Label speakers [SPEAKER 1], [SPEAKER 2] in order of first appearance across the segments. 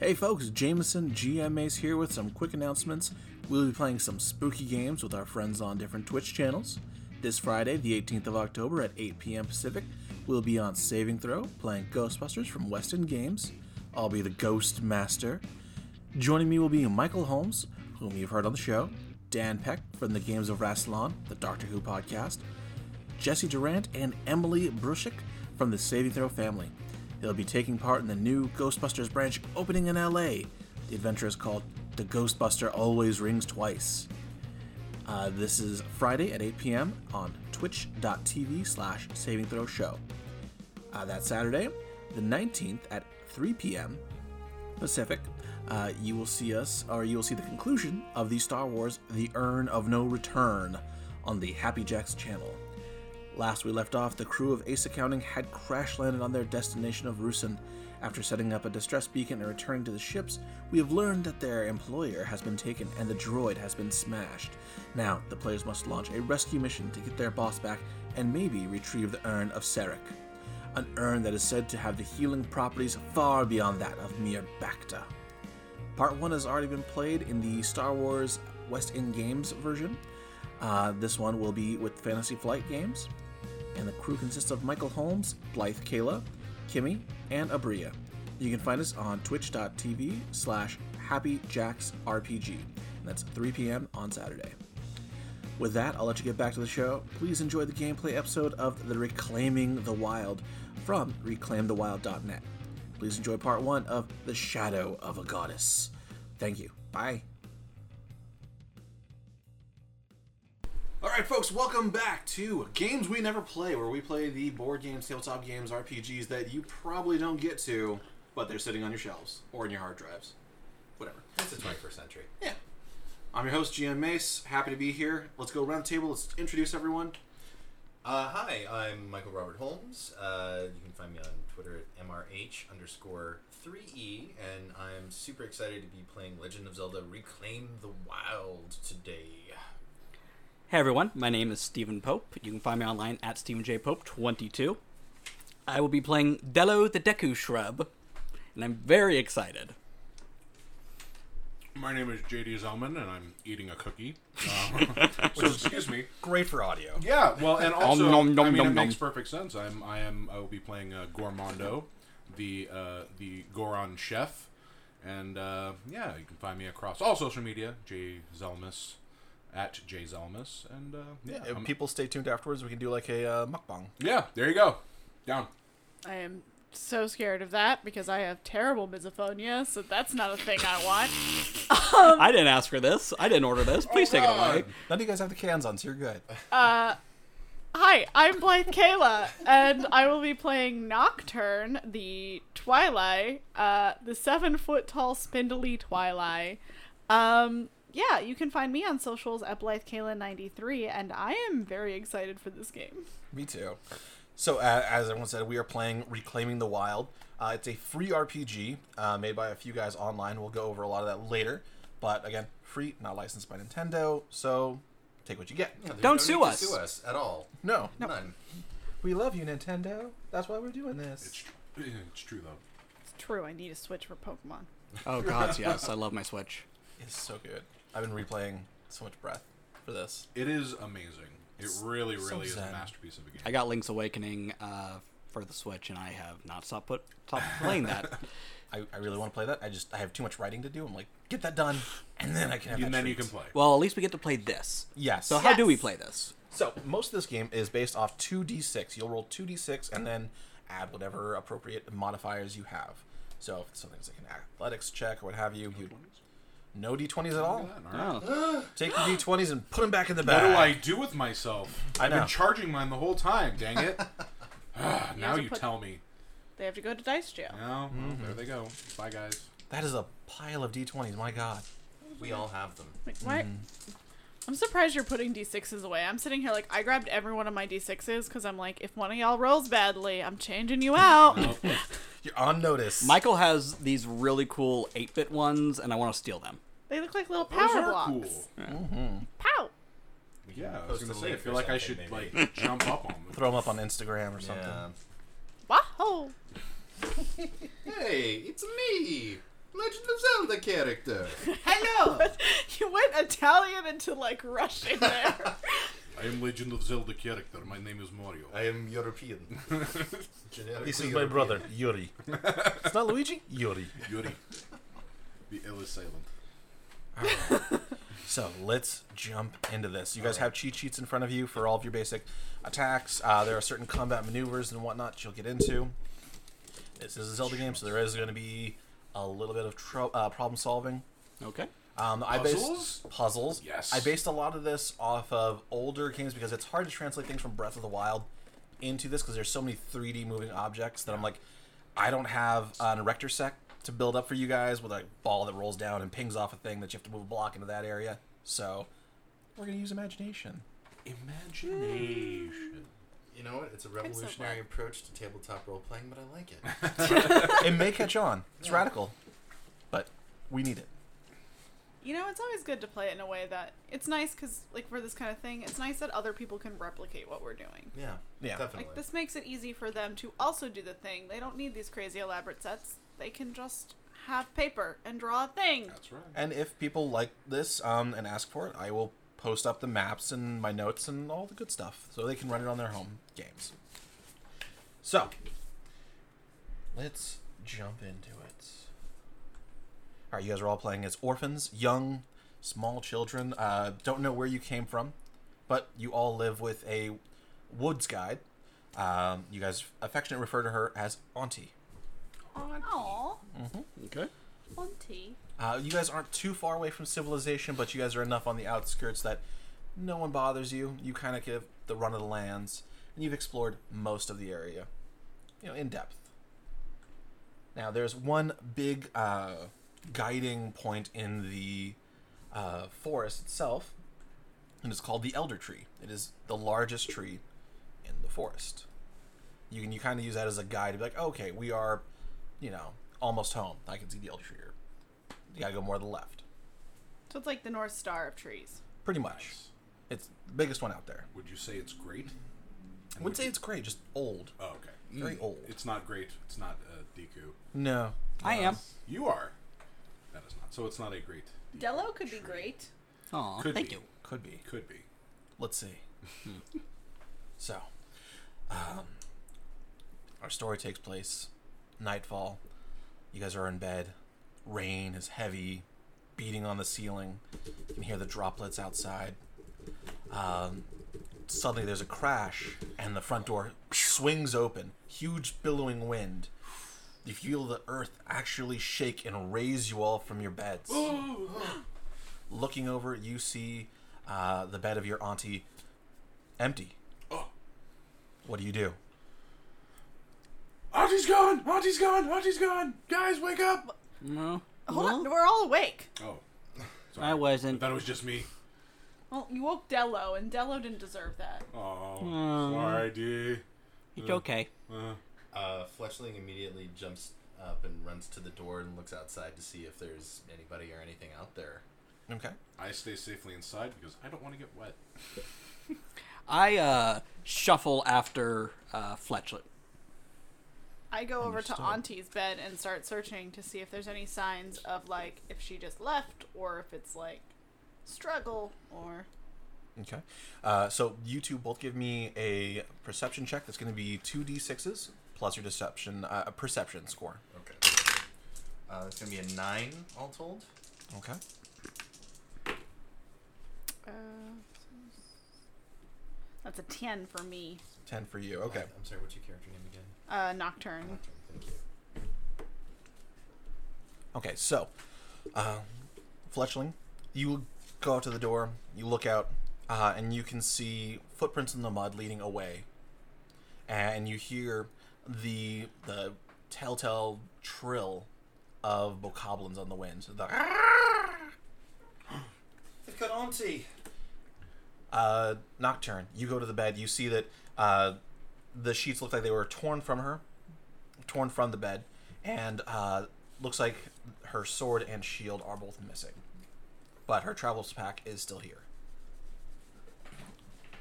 [SPEAKER 1] Hey folks, Jameson GMA's here with some quick announcements. We'll be playing some spooky games with our friends on different Twitch channels. This Friday, the 18th of October at 8 p.m. Pacific, we'll be on Saving Throw playing Ghostbusters from West End Games. I'll be the Ghost Master. Joining me will be Michael Holmes, whom you've heard on the show, Dan Peck from the Games of Rassilon, the Doctor Who podcast, Jesse Durant, and Emily Bruschick from the Saving Throw family. They'll be taking part in the new Ghostbusters branch opening in LA. The adventure is called The Ghostbuster Always Rings Twice. Uh, this is Friday at 8 p.m. on twitch.tv slash saving throw show. Uh, that Saturday, the 19th at 3 p.m. Pacific, uh, you will see us, or you will see the conclusion of the Star Wars The Urn of No Return on the Happy Jacks channel. Last we left off, the crew of Ace Accounting had crash landed on their destination of Rusin. After setting up a distress beacon and returning to the ships, we have learned that their employer has been taken and the droid has been smashed. Now, the players must launch a rescue mission to get their boss back and maybe retrieve the urn of Serek. An urn that is said to have the healing properties far beyond that of mere Bacta. Part 1 has already been played in the Star Wars West End Games version. Uh, this one will be with Fantasy Flight Games. And the crew consists of Michael Holmes, Blythe Kayla, Kimmy, and Abria. You can find us on twitch.tv slash happyjacksrpg. And that's 3 p.m. on Saturday. With that, I'll let you get back to the show. Please enjoy the gameplay episode of the Reclaiming the Wild from reclaimthewild.net. Please enjoy part one of The Shadow of a Goddess. Thank you. Bye. All right, folks, welcome back to Games We Never Play, where we play the board games, tabletop games, RPGs that you probably don't get to, but they're sitting on your shelves or in your hard drives. Whatever.
[SPEAKER 2] It's the 21st century.
[SPEAKER 1] Yeah. I'm your host, GM Mace. Happy to be here. Let's go around the table. Let's introduce everyone.
[SPEAKER 2] Uh, hi, I'm Michael Robert Holmes. Uh, you can find me on Twitter at mrh underscore 3e, and I'm super excited to be playing Legend of Zelda Reclaim the Wild today.
[SPEAKER 3] Hey everyone, my name is Stephen Pope. You can find me online at StephenJPope22. I will be playing Dello the Deku Shrub, and I'm very excited.
[SPEAKER 4] My name is JD Zellman, and I'm eating a cookie. Uh, so, excuse me.
[SPEAKER 2] Great for audio.
[SPEAKER 4] Yeah, well, and also,
[SPEAKER 3] nom, nom,
[SPEAKER 4] I mean,
[SPEAKER 3] nom,
[SPEAKER 4] it
[SPEAKER 3] nom.
[SPEAKER 4] makes perfect sense. I'm, I am, I will be playing uh, Gourmando, the uh, the Goron chef, and uh, yeah, you can find me across all social media, J Zelmus, at J Zelmus, and uh, yeah,
[SPEAKER 2] If
[SPEAKER 4] I'm-
[SPEAKER 2] people stay tuned afterwards, we can do like a uh, mukbang.
[SPEAKER 4] yeah, there you go, down.
[SPEAKER 5] I am so scared of that because I have terrible misophonia, so that's not a thing I want.
[SPEAKER 3] I didn't ask for this. I didn't order this. Please take it away.
[SPEAKER 6] None of you guys have the cans on, so you're good.
[SPEAKER 5] Hi, I'm Blythe Kayla, and I will be playing Nocturne, the Twilight, uh, the seven foot tall spindly Twilight. Um, yeah, you can find me on socials at Blythe Kayla 93, and I am very excited for this game.
[SPEAKER 6] Me too. So, uh, as everyone said, we are playing Reclaiming the Wild. Uh, it's a free RPG uh, made by a few guys online. We'll go over a lot of that later. But again, free, not licensed by Nintendo, so take what you get.
[SPEAKER 2] Yeah, there's
[SPEAKER 3] Don't
[SPEAKER 2] no
[SPEAKER 3] sue
[SPEAKER 2] need to
[SPEAKER 3] us.
[SPEAKER 2] Sue us at all.
[SPEAKER 6] No,
[SPEAKER 2] None.
[SPEAKER 6] we love you, Nintendo. That's why we're doing this.
[SPEAKER 4] It's true though.
[SPEAKER 5] It's true, I need a Switch for Pokemon.
[SPEAKER 3] Oh god, yes, I love my Switch.
[SPEAKER 6] It's so good. I've been replaying so much breath for this.
[SPEAKER 4] It is amazing. It really, really is a
[SPEAKER 6] zen.
[SPEAKER 4] masterpiece of a game.
[SPEAKER 3] I got Link's Awakening uh, for the Switch, and I have not stopped, put, stopped playing that.
[SPEAKER 6] I, I really want to play that. I just I have too much writing to do. I'm like, get that done, and then I can have.
[SPEAKER 4] and
[SPEAKER 6] that
[SPEAKER 4] then you
[SPEAKER 6] treat.
[SPEAKER 4] can play.
[SPEAKER 3] Well, at least we get to play this.
[SPEAKER 6] Yes.
[SPEAKER 3] So how do we
[SPEAKER 5] Yes.
[SPEAKER 3] play this?
[SPEAKER 6] So most of this game is based off two d6. You'll roll two d6 and then add whatever appropriate modifiers you have. So if it's something that's like an athletics check or what have you, you no d20s at all.
[SPEAKER 3] Oh,
[SPEAKER 6] Take your d20s and put them back in the
[SPEAKER 4] What
[SPEAKER 6] bag.
[SPEAKER 4] do I do with myself?
[SPEAKER 6] I
[SPEAKER 4] I've been
[SPEAKER 6] know.
[SPEAKER 4] charging mine the whole time. Dang it! Ah, now
[SPEAKER 5] have to
[SPEAKER 4] you
[SPEAKER 5] put-
[SPEAKER 4] tell me.
[SPEAKER 5] They have to go to Dice Jail.
[SPEAKER 4] No, well, there they go. Bye, guys.
[SPEAKER 6] That is a pile of d20s. My God.
[SPEAKER 2] We all have them.
[SPEAKER 5] Like, why?
[SPEAKER 4] Mm-hmm.
[SPEAKER 5] I'm surprised you're putting d6s away. I'm sitting here like I grabbed every one of my d6s because I'm like, if one of y'all rolls badly, I'm changing you out.
[SPEAKER 6] You're on notice.
[SPEAKER 3] Michael has these really cool 8-bit ones, and I want to steal them.
[SPEAKER 5] They look like little
[SPEAKER 4] Those
[SPEAKER 5] power
[SPEAKER 4] are
[SPEAKER 5] blocks.
[SPEAKER 4] cool.
[SPEAKER 5] Pow!
[SPEAKER 4] Yeah, I
[SPEAKER 2] Post
[SPEAKER 4] was gonna
[SPEAKER 2] a
[SPEAKER 4] say. I
[SPEAKER 2] link
[SPEAKER 4] feel
[SPEAKER 2] or
[SPEAKER 4] like I should
[SPEAKER 2] something, maybe.
[SPEAKER 4] like jump up on them.
[SPEAKER 6] Throw them up on Instagram or something.
[SPEAKER 2] Yeah.
[SPEAKER 5] Wahoo!
[SPEAKER 2] Hey, it's me. Look Legend of Zelda character.
[SPEAKER 5] Hello. you went Italian into like Russian there.
[SPEAKER 4] I am Legend of Zelda character. My name is Mario.
[SPEAKER 2] I am European. Genetically
[SPEAKER 1] This is my
[SPEAKER 2] European.
[SPEAKER 1] brother, Yuri. it's not Luigi? Yuri.
[SPEAKER 4] Yuri. The L is silent.
[SPEAKER 1] So let's jump into this. You guys have cheat sheets in front of you for all of your basic attacks. Uh, there are certain combat maneuvers and whatnot you'll get into. This is a Zelda game, so there is going to be a little bit of tro- uh, problem solving.
[SPEAKER 3] Okay.
[SPEAKER 1] Um, I
[SPEAKER 4] Puzzles?
[SPEAKER 1] based puzzles.
[SPEAKER 4] Yes.
[SPEAKER 1] I based a lot of this off of older games because it's hard to translate things from Breath of the Wild into this because there's so many 3D moving objects that I'm like, I don't have an erector sec to build up for you guys with a ball that rolls down and pings off a thing that you have to move a block into that area. So we're gonna use imagination.
[SPEAKER 4] Imagination.
[SPEAKER 2] You know what? It's a
[SPEAKER 5] so
[SPEAKER 2] revolutionary
[SPEAKER 5] fun.
[SPEAKER 2] approach to tabletop role playing, but I like it.
[SPEAKER 1] it may catch on. It's radical, but we need it.
[SPEAKER 5] You know, it's always good to play it in a way that it's nice because, like, for this kind of thing, it's nice that other people can replicate what we're doing.
[SPEAKER 2] Yeah,
[SPEAKER 1] Yeah.
[SPEAKER 2] definitely.
[SPEAKER 5] Like, this makes it easy for them to also do the thing. They don't need these crazy elaborate sets. They can just have paper and draw a thing.
[SPEAKER 4] That's right.
[SPEAKER 1] And if people like this um, and ask for it, I will post up the maps and my notes and all the good stuff so they can run it on their home games. So, let's jump into it. All right, you guys are all playing as orphans, young, small children. Uh, don't know where you came from, but you all live with a woods guide. Um, you guys affectionately refer to her as Auntie.
[SPEAKER 5] Aw,
[SPEAKER 3] Okay.
[SPEAKER 5] auntie.
[SPEAKER 1] Uh, you guys aren't too far away from civilization, but you guys are enough on the outskirts that no one bothers you. You kind of give the run of the lands, and you've explored most of the area, you know, in depth. Now, there's one big uh, guiding point in the uh, forest itself, and it's called the Elder Tree. It is the largest tree in the forest. You can you kind of use that as a guide to be like, okay, we are, you know, almost home. I can see the Elder Tree here you gotta go more to the left.
[SPEAKER 5] So it's like the North Star of trees.
[SPEAKER 1] Pretty much. It's the biggest one out there.
[SPEAKER 4] Would you say it's great?
[SPEAKER 1] I wouldn't say it's great, just old.
[SPEAKER 4] Oh, okay.
[SPEAKER 1] Very old.
[SPEAKER 4] It's not great. It's not uh, Deku.
[SPEAKER 1] No.
[SPEAKER 3] I am.
[SPEAKER 4] You are. That is not. So it's not a great.
[SPEAKER 5] Dello could be great.
[SPEAKER 3] Aw,
[SPEAKER 4] Could
[SPEAKER 3] thank
[SPEAKER 4] be.
[SPEAKER 3] you.
[SPEAKER 1] Could be.
[SPEAKER 4] Could be.
[SPEAKER 1] Let's see. so, um, our story takes place nightfall. You guys are in bed. Rain is heavy, beating on the ceiling. You can hear the droplets outside. Um, suddenly, there's a crash, and the front door swings open. Huge billowing wind. You feel the earth actually shake and raise you all from your beds looking over, you see uh, the bed of your auntie empty.
[SPEAKER 4] Oh.
[SPEAKER 1] What do you do?
[SPEAKER 4] Auntie's gone. Auntie's gone. Auntie's gone. Guys, wake up.
[SPEAKER 3] No.
[SPEAKER 5] Hold on,
[SPEAKER 3] Well,
[SPEAKER 5] we're all awake.
[SPEAKER 4] Oh,
[SPEAKER 3] I wasn't.
[SPEAKER 4] that was just me.
[SPEAKER 5] Well, you woke Dello, and Dello didn't deserve that.
[SPEAKER 4] Oh, sorry, D.
[SPEAKER 3] It's okay.
[SPEAKER 2] Uh, Fletchling immediately jumps up and runs to the door and looks outside to see if there's anybody or anything out there.
[SPEAKER 1] Okay.
[SPEAKER 4] I stay safely inside because I don't want to get wet.
[SPEAKER 3] I uh, shuffle after uh, Fletchlet.
[SPEAKER 5] I go over to
[SPEAKER 1] Understood.
[SPEAKER 5] Auntie's bed and start searching to see if there's any signs of like if she just left or if it's like struggle or
[SPEAKER 1] Okay. Uh, so you two both give me a perception check. That's going to be two d6s plus your deception uh, perception score.
[SPEAKER 2] Okay. Uh, it's gonna be a nine all told.
[SPEAKER 1] Okay.
[SPEAKER 5] uh, that's a ten for me.
[SPEAKER 1] Ten for you. Okay.
[SPEAKER 2] I'm sorry. What's your character name again?
[SPEAKER 5] Uh, Nocturne.
[SPEAKER 2] Nocturne. Thank you.
[SPEAKER 1] Okay. So, uh, Fletchling, you go out to the door. You look out, uh, and you can see footprints in the mud leading away and you hear the the telltale trill of bokoblins on the wind. The,
[SPEAKER 2] They've got Auntie.
[SPEAKER 1] uh, Nocturne, you go to the bed. You see that uh, the sheets look like they were torn from her, torn from the bed, and uh, looks like her sword and shield are both missing. But her travels pack is still here.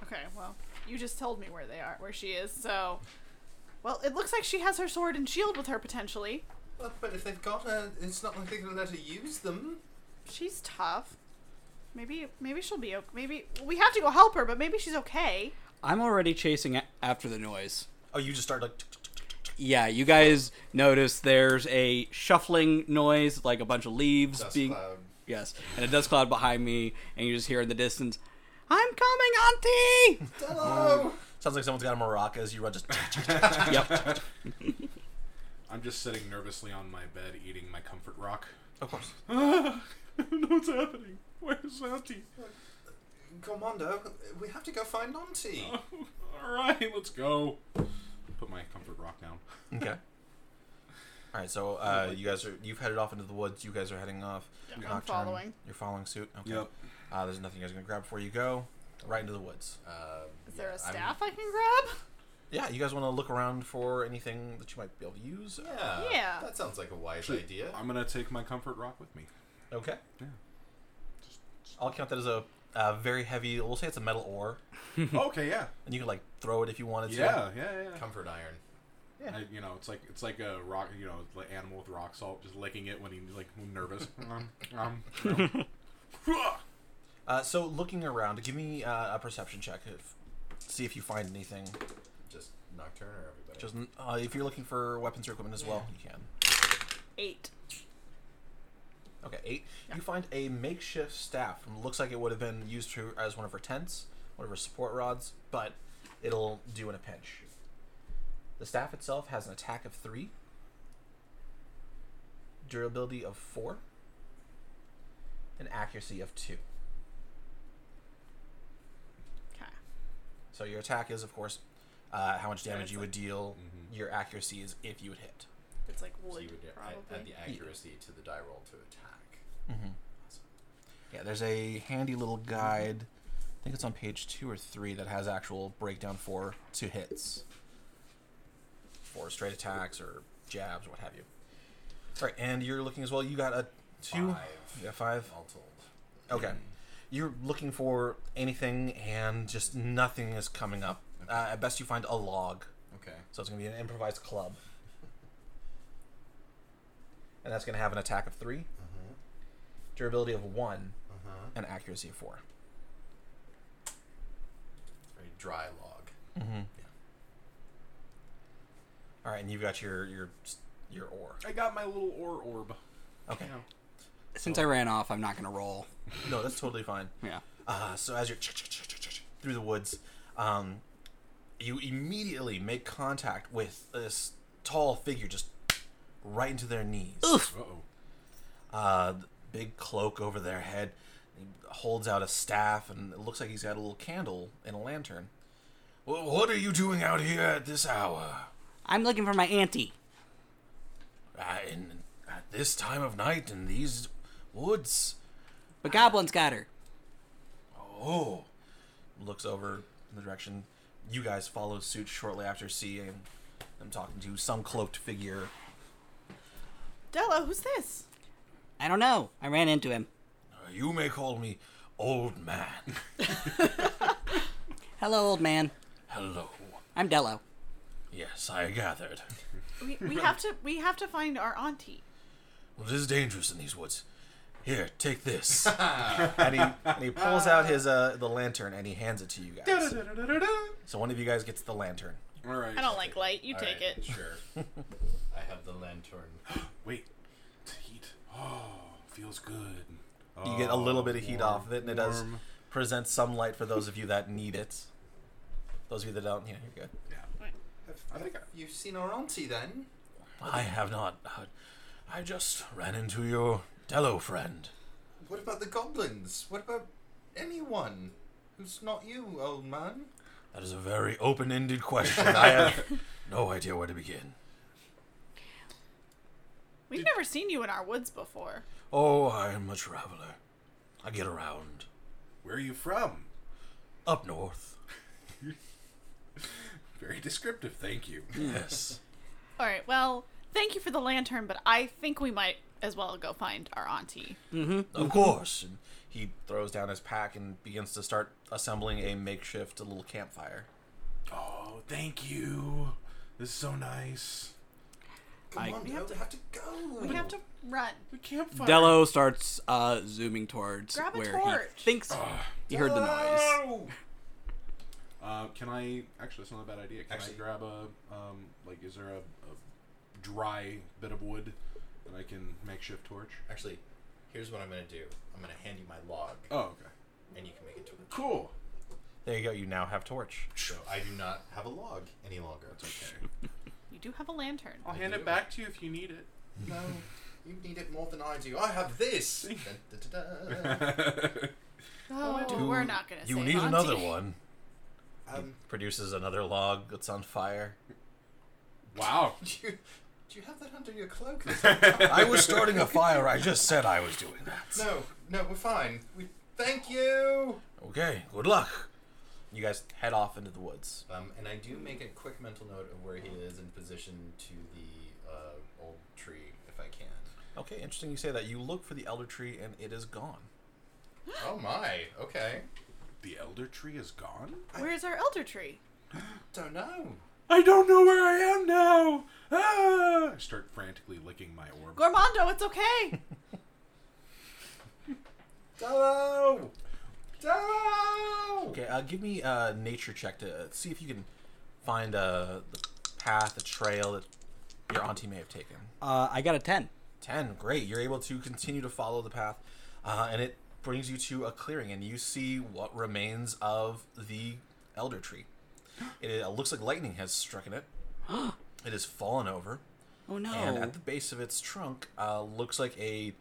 [SPEAKER 5] Okay, well, you just told me where they are, where she is. So, well, it looks like she has her sword and shield with her potentially.
[SPEAKER 2] Well, Uh, but if they've got her, it's not like they're going to let her use them.
[SPEAKER 5] She's tough. Maybe maybe she'll be okay. Maybe we have to go help her, but maybe she's okay.
[SPEAKER 3] I'm already chasing a- after the noise.
[SPEAKER 1] Oh, you just start like. tick, tick, tick,
[SPEAKER 3] Yeah, you guys notice there's a shuffling noise, like a bunch of leaves
[SPEAKER 2] Dust
[SPEAKER 3] being.
[SPEAKER 2] cloud.
[SPEAKER 3] Yes, and a dust cloud behind me, and you just hear in the distance, "I'm coming, Auntie."
[SPEAKER 2] Hello!
[SPEAKER 1] Sounds like someone's got a maracas. You run just.
[SPEAKER 3] yep.
[SPEAKER 4] I'm just sitting nervously on my bed eating my comfort rock.
[SPEAKER 1] of course.
[SPEAKER 4] Ah, I don't know what's happening. Where's Auntie?
[SPEAKER 2] Commando, we have to go find Auntie.
[SPEAKER 4] All right, let's go. Put my comfort rock down.
[SPEAKER 1] Okay. All right, so uh, you guys are you've headed off into the woods. You guys are heading off.
[SPEAKER 5] I'm
[SPEAKER 1] Nocturne,
[SPEAKER 5] following.
[SPEAKER 1] You're following suit. Okay.
[SPEAKER 4] Yep.
[SPEAKER 1] Uh, there's nothing you guys are gonna grab before you go. Right into the woods.
[SPEAKER 2] Uh,
[SPEAKER 5] Is there
[SPEAKER 2] yeah,
[SPEAKER 5] a
[SPEAKER 2] I'm-
[SPEAKER 5] staff i can grab?
[SPEAKER 1] Yeah, you guys want to look around for anything that you might be able to use.
[SPEAKER 2] yeah,
[SPEAKER 5] Yeah.
[SPEAKER 2] That sounds like a wise
[SPEAKER 4] Actually,
[SPEAKER 2] idea.
[SPEAKER 4] I'm gonna take my comfort rock with me.
[SPEAKER 1] Okay.
[SPEAKER 4] Yeah.
[SPEAKER 1] I'll count that as a, uh very heavy. We'll say it's a metal ore,
[SPEAKER 4] okay, yeah,
[SPEAKER 1] and you can like throw it if you wanted to.
[SPEAKER 4] yeah, yeah, yeah.
[SPEAKER 2] Comfort iron.
[SPEAKER 4] I, you know, it's like it's like a rock. You know, like animal with rock salt, just licking it when he's like nervous. um, um, um.
[SPEAKER 1] Uh, so looking around, give me uh, a perception check. If, see if you find anything.
[SPEAKER 2] Just Nocturne or everybody?
[SPEAKER 1] Just uh, if you're looking for weapons or equipment as well, you can.
[SPEAKER 5] Eight.
[SPEAKER 1] Okay, eight. You find a makeshift staff. and Looks like it would have been used to, as one of her tents, one of her support rods, but it'll do in a pinch. The staff itself has an attack of three, durability of four, and accuracy of two.
[SPEAKER 5] Okay.
[SPEAKER 1] So your attack is, of course, uh, how much damage you would deal.
[SPEAKER 4] Mhm.
[SPEAKER 1] Your accuracy is if you would hit.
[SPEAKER 5] It's like
[SPEAKER 2] so
[SPEAKER 5] wood,
[SPEAKER 2] you would add,
[SPEAKER 5] probably.
[SPEAKER 2] add the accuracy to the die roll to attack.
[SPEAKER 1] Yeah, there's a handy little guide. I think it's on page two or three that has actual breakdown for two hits, for straight attacks or jabs, what have you. All right, and you're looking as well. You got a two,
[SPEAKER 2] Five.
[SPEAKER 1] yeah, five.
[SPEAKER 2] All told.
[SPEAKER 1] Okay, you're looking for anything, and just nothing is coming up. Uh, at best, you find a log,
[SPEAKER 2] Okay.
[SPEAKER 1] so it's gonna be an improvised club, and that's gonna have an attack of three, durability of one,
[SPEAKER 2] Uh huh.
[SPEAKER 1] and accuracy of four.
[SPEAKER 2] Very dry log.
[SPEAKER 1] All right, and you've got your your your ore.
[SPEAKER 4] I got my little ore orb.
[SPEAKER 1] Okay.
[SPEAKER 4] Yeah.
[SPEAKER 3] Since I ran off, I'm not gonna roll.
[SPEAKER 1] No, that's totally fine.
[SPEAKER 3] Yeah.
[SPEAKER 1] Uh, so as you're through the woods, um, you immediately make contact with this tall figure, just right into their knees.
[SPEAKER 4] Uh oh.
[SPEAKER 1] Uh, the big cloak over their head. He holds out a staff, and it looks like he's got a little candle and a lantern. Well, what are you doing out here at this hour?
[SPEAKER 3] I'm looking for my auntie.
[SPEAKER 1] Uh, in, at this time of night in these woods?
[SPEAKER 3] But goblins got her.
[SPEAKER 1] Oh. Looks over in the direction. You guys follow suit shortly after seeing them talking to some cloaked figure.
[SPEAKER 5] Della, who's this?
[SPEAKER 3] I don't know. I ran into him.
[SPEAKER 1] "Uh, You may call me Old Man.
[SPEAKER 3] Hello, old man.
[SPEAKER 1] Hello.
[SPEAKER 3] I'm Dello.
[SPEAKER 1] Yes, I gathered.
[SPEAKER 5] We, we have to we have to find our auntie.
[SPEAKER 1] Well, it is dangerous in these woods. Here, take this. and, he, and he pulls out his uh, the lantern and he hands it to you guys. So one of you guys gets the lantern.
[SPEAKER 4] All right.
[SPEAKER 5] I don't like light. You
[SPEAKER 2] All
[SPEAKER 5] take
[SPEAKER 2] right,
[SPEAKER 5] it.
[SPEAKER 2] Sure. I have the lantern.
[SPEAKER 4] Wait. It's heat. Oh, feels good.
[SPEAKER 1] You get a little bit of heat
[SPEAKER 4] warm,
[SPEAKER 1] off of it, and it does
[SPEAKER 4] warm.
[SPEAKER 1] present some light for those of you that need it. Those of you that don't, yeah, you're good.
[SPEAKER 4] Oh, I think I,
[SPEAKER 2] You've seen our auntie then?
[SPEAKER 1] I have not. uh, I just ran into your Dello friend.
[SPEAKER 2] What about the goblins? What about anyone who's not you, old man?
[SPEAKER 1] That is a very open ended question. I have no idea where to begin.
[SPEAKER 5] We've never seen you in our woods before.
[SPEAKER 1] Oh, I am a traveler. I get around.
[SPEAKER 4] where are you from?
[SPEAKER 1] Up north.
[SPEAKER 4] Very descriptive. Thank you.
[SPEAKER 1] Hmm. Yes.
[SPEAKER 5] All right. Well, thank you for the lantern, but I think we might as well go find our auntie. Mm-hmm.
[SPEAKER 1] of course. And he throws down his pack and begins to start assembling a makeshift little campfire.
[SPEAKER 4] Oh, thank you. This is so nice.
[SPEAKER 2] Come
[SPEAKER 3] I-
[SPEAKER 2] on,
[SPEAKER 5] We
[SPEAKER 2] Del,
[SPEAKER 5] have to-
[SPEAKER 2] we have to go.
[SPEAKER 5] We have to run.
[SPEAKER 4] The campfire.
[SPEAKER 3] Dello starts uh, zooming towards
[SPEAKER 5] Grab a
[SPEAKER 3] where
[SPEAKER 5] torch.
[SPEAKER 3] he thinks he heard the noise.
[SPEAKER 4] Uh, can I? Actually, that's not a bad idea. Can
[SPEAKER 2] Actually-
[SPEAKER 4] I grab a um, like? Is there a, a dry bit of wood that I can makeshift torch?
[SPEAKER 2] Actually, here's what I'm gonna do. I'm gonna hand you my log,
[SPEAKER 4] Oh, okay.
[SPEAKER 2] and you can make it to
[SPEAKER 4] Cool.
[SPEAKER 1] There you go. You now have torch.
[SPEAKER 2] So I do not have a log any longer. That's
[SPEAKER 4] Okay.
[SPEAKER 5] You do have a lantern.
[SPEAKER 4] I'll
[SPEAKER 2] I
[SPEAKER 4] hand
[SPEAKER 2] do.
[SPEAKER 4] it back to you if you need it.
[SPEAKER 2] No, you need it more than I do. I have this. Dun, dun, dun, dun.
[SPEAKER 5] Oh,
[SPEAKER 1] Dude,
[SPEAKER 5] we're not gonna.
[SPEAKER 1] You
[SPEAKER 5] say
[SPEAKER 1] need
[SPEAKER 5] Auntie.
[SPEAKER 1] another one.
[SPEAKER 2] um,
[SPEAKER 1] Produces another log that's on fire.
[SPEAKER 4] wow.
[SPEAKER 2] do you, do you have that under your cloak?
[SPEAKER 1] I was starting a fire. I just said I was doing that.
[SPEAKER 2] no, no, we're fine. We thank you.
[SPEAKER 1] Okay. Good luck. You guys head off into the woods.
[SPEAKER 2] Um, and I do make a quick mental note of where he is in position to the uh, old tree, if I can.
[SPEAKER 1] Okay. Interesting. You say that. You look for the elder tree and it is gone.
[SPEAKER 2] Oh my. Okay.
[SPEAKER 4] The elder tree is gone.
[SPEAKER 5] Where's our elder tree?
[SPEAKER 2] Don't know.
[SPEAKER 4] I don't know where I am now. Ah! I start frantically licking my orb.
[SPEAKER 5] Gormando, it's okay.
[SPEAKER 2] Dello. Dello.
[SPEAKER 1] Okay. Uh, give me a nature check to uh, see if you can find uh, the path, a trail that your auntie may have taken.
[SPEAKER 3] Uh, I got a ten.
[SPEAKER 1] 10 great you're able to continue to follow the path uh, and it brings you to a clearing and you see what remains of the elder tree it, uh, looks like lightning has struck in it it has fallen over
[SPEAKER 3] Oh no!
[SPEAKER 1] and at the base of its trunk uh, looks like a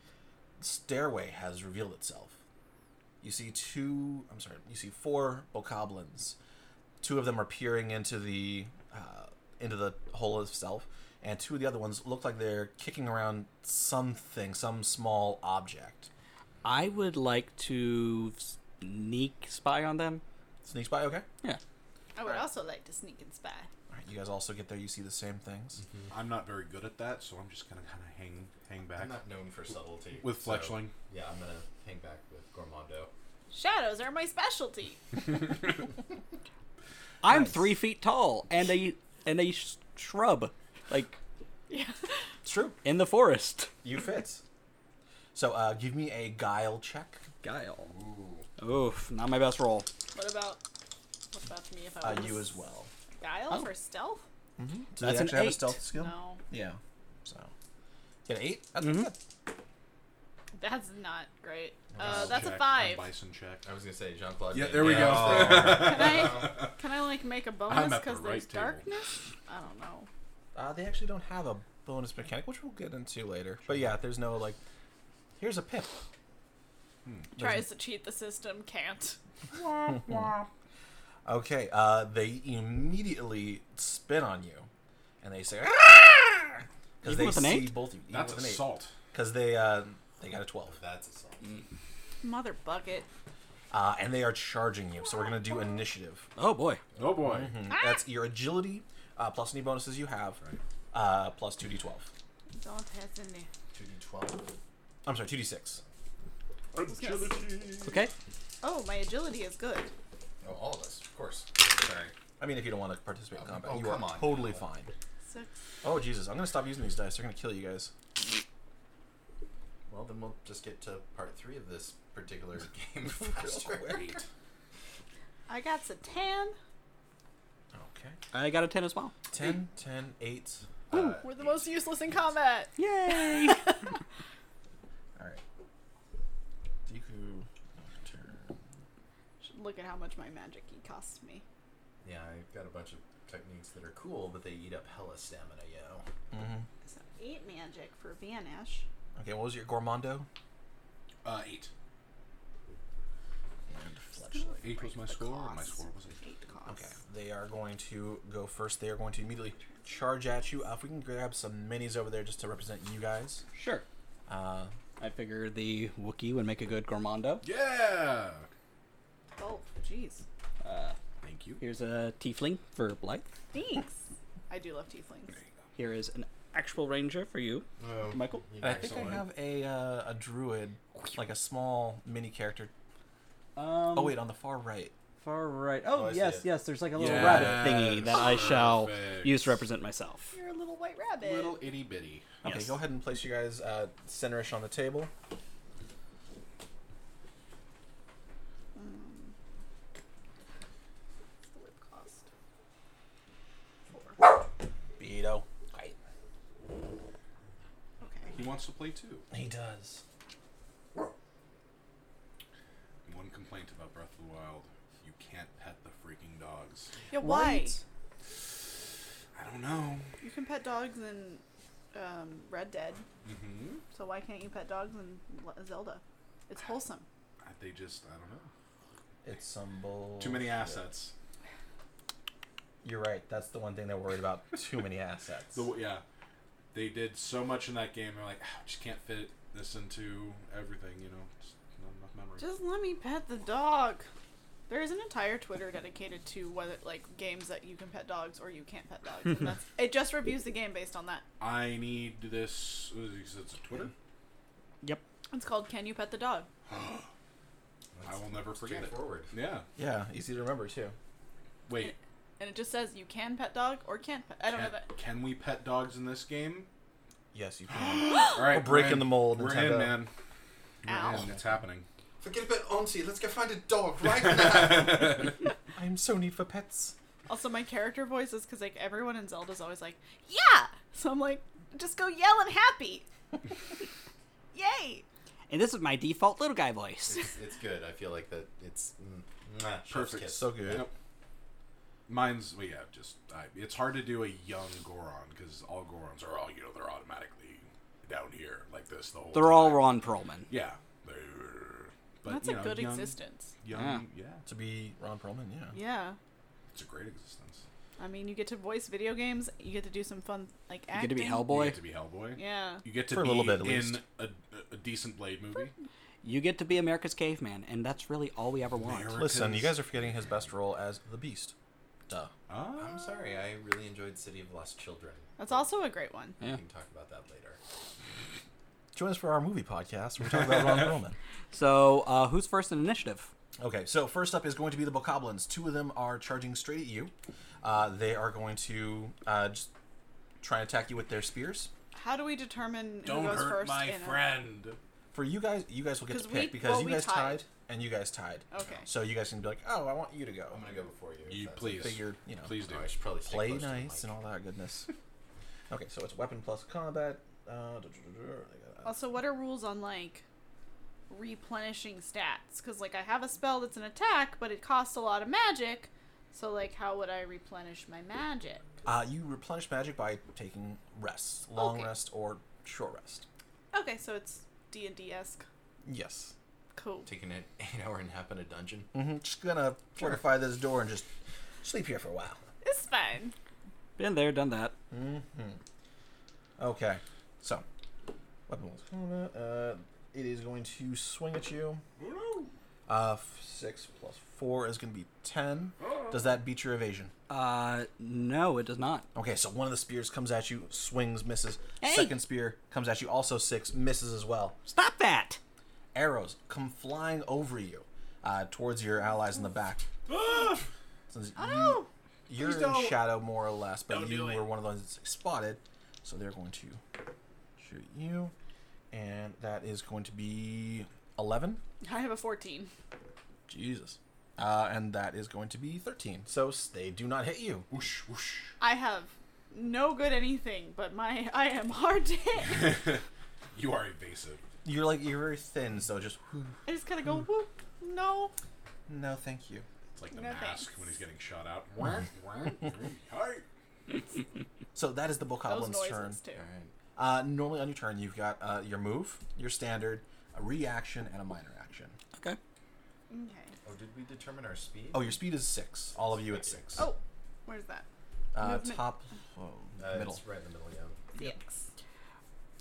[SPEAKER 1] stairway has revealed itself you see two i'm sorry you see four bokoblins two of them are peering into the uh, into the hole itself and two of the other ones look like they're kicking around something some small object
[SPEAKER 3] I would like to sneak spy on them.
[SPEAKER 1] sneaks by okay
[SPEAKER 3] Yeah.
[SPEAKER 5] I would also like to sneak and spy.
[SPEAKER 1] all right you guys also get there you see the same things
[SPEAKER 3] Mm-hmm.
[SPEAKER 4] I'm not very good at that, so I'm just gonna kind of hang hang back
[SPEAKER 2] I'm not known for subtlety.
[SPEAKER 4] with
[SPEAKER 2] so-
[SPEAKER 4] fletchling.
[SPEAKER 2] Yeah, I'm gonna hang back with Gormando.
[SPEAKER 5] Shadows are my specialty.
[SPEAKER 3] I'm three feet tall and a and a sh- shrub, like
[SPEAKER 5] yeah.
[SPEAKER 1] it's true
[SPEAKER 3] in the forest.
[SPEAKER 1] you fit so uh, give me a guile check
[SPEAKER 3] Guile. Oof, not my best roll.
[SPEAKER 5] What about what about me if I
[SPEAKER 1] uh,
[SPEAKER 5] was
[SPEAKER 1] you as well
[SPEAKER 5] Guile
[SPEAKER 3] Oh.
[SPEAKER 5] for stealth?
[SPEAKER 1] Do
[SPEAKER 3] That's an
[SPEAKER 1] actually have a
[SPEAKER 3] eight.
[SPEAKER 1] stealth skill
[SPEAKER 5] No,
[SPEAKER 1] Yeah. So. Get an eight? That's
[SPEAKER 4] Mm-hmm.
[SPEAKER 3] Mhm.
[SPEAKER 1] good.
[SPEAKER 5] that's not great. Uh,
[SPEAKER 4] Bison
[SPEAKER 5] that's
[SPEAKER 4] check,
[SPEAKER 5] a five.
[SPEAKER 4] Bison check.
[SPEAKER 2] I was gonna say Jean Claude.
[SPEAKER 4] Yeah, there we go.
[SPEAKER 5] Can I can I like make a bonus
[SPEAKER 4] at the
[SPEAKER 5] because there's
[SPEAKER 4] right table.
[SPEAKER 5] darkness? I don't know.
[SPEAKER 1] Uh, they actually don't have a bonus mechanic, which we'll get into later. But yeah, there's no like. Here's a pip.
[SPEAKER 5] Tries to cheat the system, can't.
[SPEAKER 1] Okay. Uh, they immediately spin on you, and they say. "Ah!" Because
[SPEAKER 3] Even
[SPEAKER 1] they
[SPEAKER 3] with an
[SPEAKER 1] see
[SPEAKER 3] eight?
[SPEAKER 1] both of you. even
[SPEAKER 4] That's
[SPEAKER 1] with an eight.
[SPEAKER 4] assault.
[SPEAKER 1] Because they uh, they got a twelve,
[SPEAKER 2] That's assault.
[SPEAKER 5] Mother bucket.
[SPEAKER 1] uh, and they are charging you. So we're gonna do initiative.
[SPEAKER 3] Oh boy.
[SPEAKER 4] Oh boy.
[SPEAKER 3] Ah!
[SPEAKER 1] That's your agility uh, plus any bonuses you have, uh, plus two d twelve.
[SPEAKER 5] Don't have any.
[SPEAKER 2] Two D twelve.
[SPEAKER 1] I'm sorry, two d six.
[SPEAKER 3] Okay.
[SPEAKER 5] Oh, my agility is good.
[SPEAKER 2] Oh, all of us, of course. Sorry.
[SPEAKER 1] I mean, if you don't want to participate in
[SPEAKER 2] Oh,
[SPEAKER 1] combat,
[SPEAKER 2] oh,
[SPEAKER 1] you are
[SPEAKER 2] come on.
[SPEAKER 1] totally fine.
[SPEAKER 5] Six.
[SPEAKER 1] Oh Jesus! I'm gonna stop using these dice. They're gonna kill you guys.
[SPEAKER 2] Well, then we'll just get to part three of this particular game faster.
[SPEAKER 5] I got a tan.
[SPEAKER 1] Okay.
[SPEAKER 3] I got a ten as well.
[SPEAKER 1] 10, 10, 8.
[SPEAKER 2] Uh,
[SPEAKER 5] We're the most useless in combat.
[SPEAKER 3] Yay!
[SPEAKER 1] All right. Deku. Turn.
[SPEAKER 5] Should look at how much my magic key costs me.
[SPEAKER 2] yeah, I've got a bunch of techniques that are cool, but they eat up hella stamina, yo.
[SPEAKER 5] So eight magic for vanish.
[SPEAKER 1] Okay. What was your Gormando?
[SPEAKER 4] Uh, eight.
[SPEAKER 1] And Fletchling.
[SPEAKER 4] Eight was my
[SPEAKER 5] The
[SPEAKER 4] score. and My
[SPEAKER 5] cost.
[SPEAKER 4] score was eight.
[SPEAKER 5] Eight
[SPEAKER 1] Okay.
[SPEAKER 5] costs.
[SPEAKER 1] They are going to go first. They are going to immediately charge at you. Uh, if we can grab some minis over there just to represent you guys.
[SPEAKER 3] sure.
[SPEAKER 1] Uh,
[SPEAKER 3] I figure the Wookiee would make a good Gormando.
[SPEAKER 4] Yeah.
[SPEAKER 5] Oh, jeez.
[SPEAKER 4] Thank you.
[SPEAKER 3] Here's a Tiefling for Blythe.
[SPEAKER 5] Thanks. I do love tieflings.
[SPEAKER 3] Here is an actual Ranger for you,
[SPEAKER 2] Oh.
[SPEAKER 3] Michael.
[SPEAKER 1] and I think I have a uh, a druid, like a small mini character.
[SPEAKER 3] Um,
[SPEAKER 1] Oh wait, on the far right.
[SPEAKER 3] far right. Oh,
[SPEAKER 2] Oh, I see
[SPEAKER 3] yes,
[SPEAKER 2] it.
[SPEAKER 3] yes. There's like a little
[SPEAKER 4] Yes,
[SPEAKER 3] rabbit thingy that I shall
[SPEAKER 4] perfect.
[SPEAKER 3] use to represent myself.
[SPEAKER 5] You're a little white rabbit.
[SPEAKER 4] Little itty bitty.
[SPEAKER 1] Okay,
[SPEAKER 3] Yes.
[SPEAKER 1] go ahead and place you guys uh, centerish on the table.
[SPEAKER 5] The whip cost.
[SPEAKER 1] Beto.
[SPEAKER 5] Okay.
[SPEAKER 4] He wants to play too.
[SPEAKER 1] He does.
[SPEAKER 4] One complaint about Breath of the Wild: you can't pet the freaking dogs.
[SPEAKER 5] Yeah, why?
[SPEAKER 1] Right.
[SPEAKER 4] I don't know.
[SPEAKER 5] You can pet dogs in um, Red Dead,
[SPEAKER 4] Mm-hmm.
[SPEAKER 5] so why can't you pet dogs in Le- Zelda? It's wholesome.
[SPEAKER 4] They just, I don't know.
[SPEAKER 1] It's some bull.
[SPEAKER 4] Too many assets.
[SPEAKER 1] You're right. That's the one thing they're worried about. Too many assets.
[SPEAKER 4] The, yeah, they did so much in that game. They're like, "Ah, just can't fit this into everything. You know, just not enough memory.
[SPEAKER 5] Just let me pet the dog. There is an entire Twitter dedicated to whether like games that you can pet dogs or you can't pet dogs. And that's, it just reviews the game based on that.
[SPEAKER 4] I need this. what is it, you said It's a Twitter.
[SPEAKER 3] Yep.
[SPEAKER 5] It's called "Can You Pet the Dog?"
[SPEAKER 4] I will never forget it.
[SPEAKER 2] Straightforward.
[SPEAKER 4] Yeah.
[SPEAKER 1] yeah, easy to remember too.
[SPEAKER 4] Wait.
[SPEAKER 5] And it just says you can pet dog or can't pet. I don't
[SPEAKER 4] Can,
[SPEAKER 5] know that.
[SPEAKER 4] can we pet dogs in this game?
[SPEAKER 1] Yes, you can.
[SPEAKER 4] All right,
[SPEAKER 1] We're breaking
[SPEAKER 4] in.
[SPEAKER 1] the mold,
[SPEAKER 4] We're
[SPEAKER 1] Nintendo.
[SPEAKER 4] in, man. We're
[SPEAKER 5] Ow.
[SPEAKER 4] in. It's happening.
[SPEAKER 2] Forget about Auntie. Let's go find a dog right now.
[SPEAKER 1] I'm Sony for pets.
[SPEAKER 5] Also, my character voice is because like everyone in Zelda's always like, "Yeah," so I'm like, just go yell and happy. Yay!
[SPEAKER 3] And this is my default little guy voice.
[SPEAKER 2] it's, it's good. I feel like that. It's mm, mwah, chef's
[SPEAKER 4] Perfect.
[SPEAKER 2] kiss.
[SPEAKER 1] So good.
[SPEAKER 4] Yep. Mine's well, yeah, just I, it's hard to do a young Goron because all Gorons are all you know they're automatically down here like this the whole.
[SPEAKER 3] They're all
[SPEAKER 4] time.
[SPEAKER 3] Ron Perlman.
[SPEAKER 4] Yeah, they're. But,
[SPEAKER 5] That's
[SPEAKER 4] you
[SPEAKER 5] a
[SPEAKER 4] know,
[SPEAKER 5] good
[SPEAKER 4] young,
[SPEAKER 5] existence.
[SPEAKER 4] Young, yeah.
[SPEAKER 1] To be Ron Perlman, yeah.
[SPEAKER 5] Yeah,
[SPEAKER 4] it's a great existence.
[SPEAKER 5] I mean, you get to voice video games. You get to do some fun like
[SPEAKER 3] You
[SPEAKER 5] acting.
[SPEAKER 3] get to be
[SPEAKER 4] You
[SPEAKER 3] Hellboy.
[SPEAKER 4] get to be Hellboy.
[SPEAKER 5] Yeah.
[SPEAKER 4] You get to
[SPEAKER 1] For a
[SPEAKER 4] be
[SPEAKER 1] little bit, at
[SPEAKER 4] in
[SPEAKER 1] least.
[SPEAKER 4] A, a decent Blade movie.
[SPEAKER 3] You get to be America's caveman, and that's really all we ever want.
[SPEAKER 4] America-
[SPEAKER 1] Listen, you guys are forgetting his best role as the Beast. Duh.
[SPEAKER 4] Ah,
[SPEAKER 2] I'm sorry. I really enjoyed City of Lost Children.
[SPEAKER 5] That's also a great one.
[SPEAKER 3] Yeah.
[SPEAKER 2] We can talk about that later.
[SPEAKER 1] Join us for our movie podcast. We're talking about Ron Perlman.
[SPEAKER 3] So, uh, who's first in initiative?
[SPEAKER 1] Okay, so first up is going to be the Bokoblins. Two of them are charging straight at you. Uh, they are going to uh, just try and attack you with their spears.
[SPEAKER 5] How do we determine
[SPEAKER 4] don't
[SPEAKER 5] who goes
[SPEAKER 4] hurt
[SPEAKER 5] first?
[SPEAKER 4] my
[SPEAKER 5] in a-
[SPEAKER 4] friend.
[SPEAKER 1] For you guys, you guys will get to
[SPEAKER 5] 'Cause we-
[SPEAKER 1] pick because
[SPEAKER 5] well,
[SPEAKER 1] you
[SPEAKER 5] we
[SPEAKER 1] guys tied.
[SPEAKER 5] tied.
[SPEAKER 1] and you guys tied.
[SPEAKER 5] Okay.
[SPEAKER 1] So you guys can be like, oh, I want you to go.
[SPEAKER 2] I'm gonna go before you. if
[SPEAKER 4] You
[SPEAKER 2] that's
[SPEAKER 4] please,
[SPEAKER 2] okay.
[SPEAKER 1] Figured, you know,
[SPEAKER 4] please do.
[SPEAKER 2] No, I should probably stay
[SPEAKER 1] play
[SPEAKER 2] close to the
[SPEAKER 1] nice
[SPEAKER 2] mic.
[SPEAKER 1] and all that goodness. okay, so it's weapon plus combat. Uh,
[SPEAKER 5] Also, what are rules on like replenishing stats? Because like I have a spell that's an attack, but it costs a lot of magic. So like, how would I replenish my magic?
[SPEAKER 1] uh, you replenish magic by taking rests, long
[SPEAKER 5] Okay.
[SPEAKER 1] rest or short rest.
[SPEAKER 5] Okay, so it's D and D esque.
[SPEAKER 1] Yes.
[SPEAKER 5] Cool.
[SPEAKER 2] Taking an eight-hour nap in a dungeon.
[SPEAKER 1] hmm Just gonna fortify this door and just sleep here for a while.
[SPEAKER 5] It's fine.
[SPEAKER 3] Been there, done that.
[SPEAKER 1] Okay, so weapon was combat. Uh, it is going to swing at you. Uh, f- six plus four is going to be ten. Does that beat your evasion?
[SPEAKER 3] Uh, no, it does not.
[SPEAKER 1] Okay, so one of the spears comes at you, swings, misses.
[SPEAKER 3] Hey!
[SPEAKER 1] Second spear comes at you, also six, misses as well.
[SPEAKER 3] Stop that!
[SPEAKER 1] Arrows come flying over you, uh, towards your allies in the back. Since you,
[SPEAKER 5] Oh,
[SPEAKER 1] You're
[SPEAKER 4] Please Ah, don't.
[SPEAKER 1] in shadow more or less, but
[SPEAKER 4] Don't
[SPEAKER 1] you
[SPEAKER 4] do it.
[SPEAKER 1] were one of those that's spotted, so they're going to shoot you, and that is going to be eleven.
[SPEAKER 5] I have a fourteen.
[SPEAKER 1] Jesus, uh, and that is going to be thirteen. So s- they do not hit you.
[SPEAKER 4] Whoosh, whoosh.
[SPEAKER 5] I have no good anything, but my I am hard to hit.
[SPEAKER 4] You are evasive.
[SPEAKER 1] You're like you're very thin, so just
[SPEAKER 5] I just kind of go whoop. No.
[SPEAKER 1] no, thank you.
[SPEAKER 4] It's like the
[SPEAKER 5] No
[SPEAKER 4] mask
[SPEAKER 5] thanks.
[SPEAKER 4] when he's getting shot out. Wah, wah, hi.
[SPEAKER 1] So that is the
[SPEAKER 5] Those
[SPEAKER 1] Bokoblin's
[SPEAKER 5] noises
[SPEAKER 1] turn.
[SPEAKER 5] too.
[SPEAKER 2] All right.
[SPEAKER 1] Uh, normally on your turn, you've got uh, your move, your standard, a reaction, and a minor action.
[SPEAKER 3] Okay.
[SPEAKER 5] Okay.
[SPEAKER 2] Oh, did we determine our speed?
[SPEAKER 1] Oh, your speed is six. All of you at six.
[SPEAKER 5] Oh, where's that?
[SPEAKER 1] uh,
[SPEAKER 5] movement.
[SPEAKER 1] top oh,
[SPEAKER 2] Uh,
[SPEAKER 1] middle.
[SPEAKER 2] It's right in the middle. Yeah.
[SPEAKER 5] Six.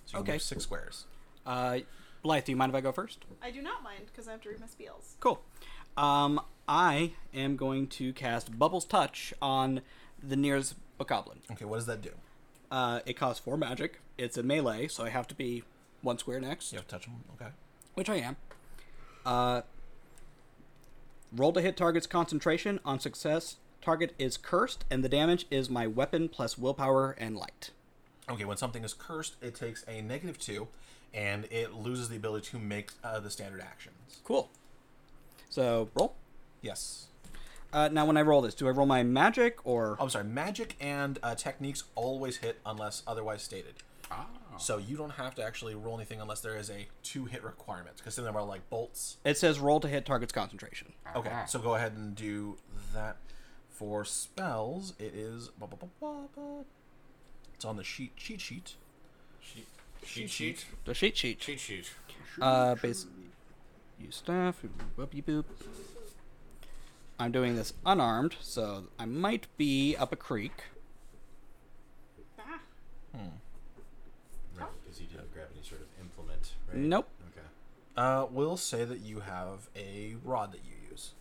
[SPEAKER 1] So you
[SPEAKER 3] Okay.
[SPEAKER 1] okay. move six squares.
[SPEAKER 3] Uh, Blythe, do you mind if I go first?
[SPEAKER 5] I do not mind because I have to read my spiels.
[SPEAKER 3] Cool. Um, I am going to cast Bubble's Touch on the nearest Bokoblin.
[SPEAKER 1] Okay, what does that do?
[SPEAKER 3] Uh, it costs four magic. It's a melee, so I have to be one square next,
[SPEAKER 1] You have to touch them. Okay.
[SPEAKER 3] which I am. Uh, Roll to hit target's concentration. On success, target is cursed, and the damage is my weapon plus willpower and light.
[SPEAKER 1] Okay, when something is cursed, it takes a negative two, and it loses the ability to make uh, the standard actions.
[SPEAKER 3] Cool. So roll.
[SPEAKER 1] Yes.
[SPEAKER 3] Uh, now, when I roll this, do I roll my magic or?
[SPEAKER 1] Oh, I'm sorry. Magic and uh, techniques always hit unless otherwise stated.
[SPEAKER 4] Ah.
[SPEAKER 1] So you don't have to actually roll anything unless there is a two hit requirement, because some of them are like bolts.
[SPEAKER 3] It says roll to hit target's concentration.
[SPEAKER 1] Okay,
[SPEAKER 4] Ah.
[SPEAKER 1] so go ahead and do that. For spells, it is. ba, ba, ba, ba, ba. It's on the sheet cheat sheet.
[SPEAKER 2] Sheet sheet sheet
[SPEAKER 3] The sheet sheet.
[SPEAKER 2] sheet sheet.
[SPEAKER 3] Uh, base. Use staff. Whoopie boop. I'm doing this unarmed, so I might be up a creek.
[SPEAKER 5] Ah.
[SPEAKER 2] Right, because you didn't grab any sort of implement, right?
[SPEAKER 3] Nope.
[SPEAKER 2] Okay.
[SPEAKER 1] Uh, we'll say that you have a rod that you use.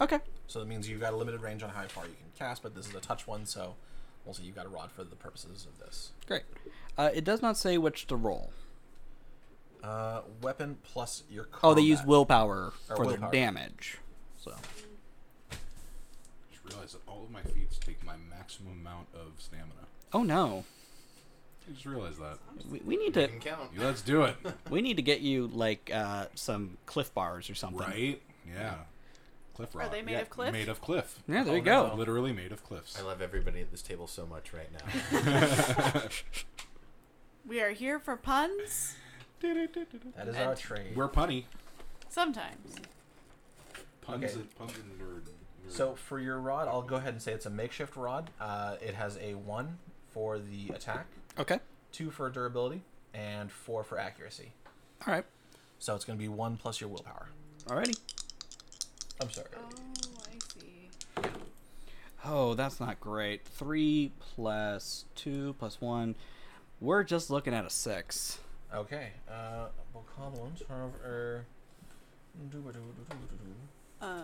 [SPEAKER 3] Okay.
[SPEAKER 1] So that means you've got a limited range on how far you can cast, but this is a touch one, so we'll say you've got a rod for the purposes of this.
[SPEAKER 3] Great. Uh, it does not say which to roll.
[SPEAKER 1] Uh, weapon plus your. Combat.
[SPEAKER 3] Oh, they use willpower
[SPEAKER 1] Or
[SPEAKER 3] for
[SPEAKER 1] willpower.
[SPEAKER 3] their damage. So
[SPEAKER 4] just realized that all of my feats take my maximum amount of stamina.
[SPEAKER 3] Oh no.
[SPEAKER 4] I just realized that.
[SPEAKER 3] We, we need to
[SPEAKER 2] Didn't count.
[SPEAKER 4] Yeah, let's do it.
[SPEAKER 3] we need to get you like uh, some cliff bars or something.
[SPEAKER 4] right? Yeah. Cliff rock.
[SPEAKER 5] they made
[SPEAKER 4] Yeah,
[SPEAKER 5] of cliff?
[SPEAKER 4] Made of cliff.
[SPEAKER 3] Yeah, there you go.
[SPEAKER 4] Literally made of cliffs.
[SPEAKER 2] I love everybody at this table so much right now.
[SPEAKER 5] We are here for puns
[SPEAKER 1] That is our trade.
[SPEAKER 4] We're punny.
[SPEAKER 5] sometimes.
[SPEAKER 4] Puns
[SPEAKER 1] Okay.
[SPEAKER 4] and puns and nerd. nerd.
[SPEAKER 1] So for your rod, I'll go ahead and say it's a makeshift rod. Uh, it has a one for the attack,
[SPEAKER 3] Okay.
[SPEAKER 1] two for durability, and four for accuracy.
[SPEAKER 3] All right.
[SPEAKER 1] So it's going to be one plus your willpower.
[SPEAKER 3] Alrighty.
[SPEAKER 1] I'm sorry.
[SPEAKER 5] Oh, I see.
[SPEAKER 3] Oh, that's not great. Three plus two plus one. We're just looking at a six.
[SPEAKER 1] Okay. Uh, Bokoblins have a. Do-ba-do-do-do-do-do.
[SPEAKER 5] Uh,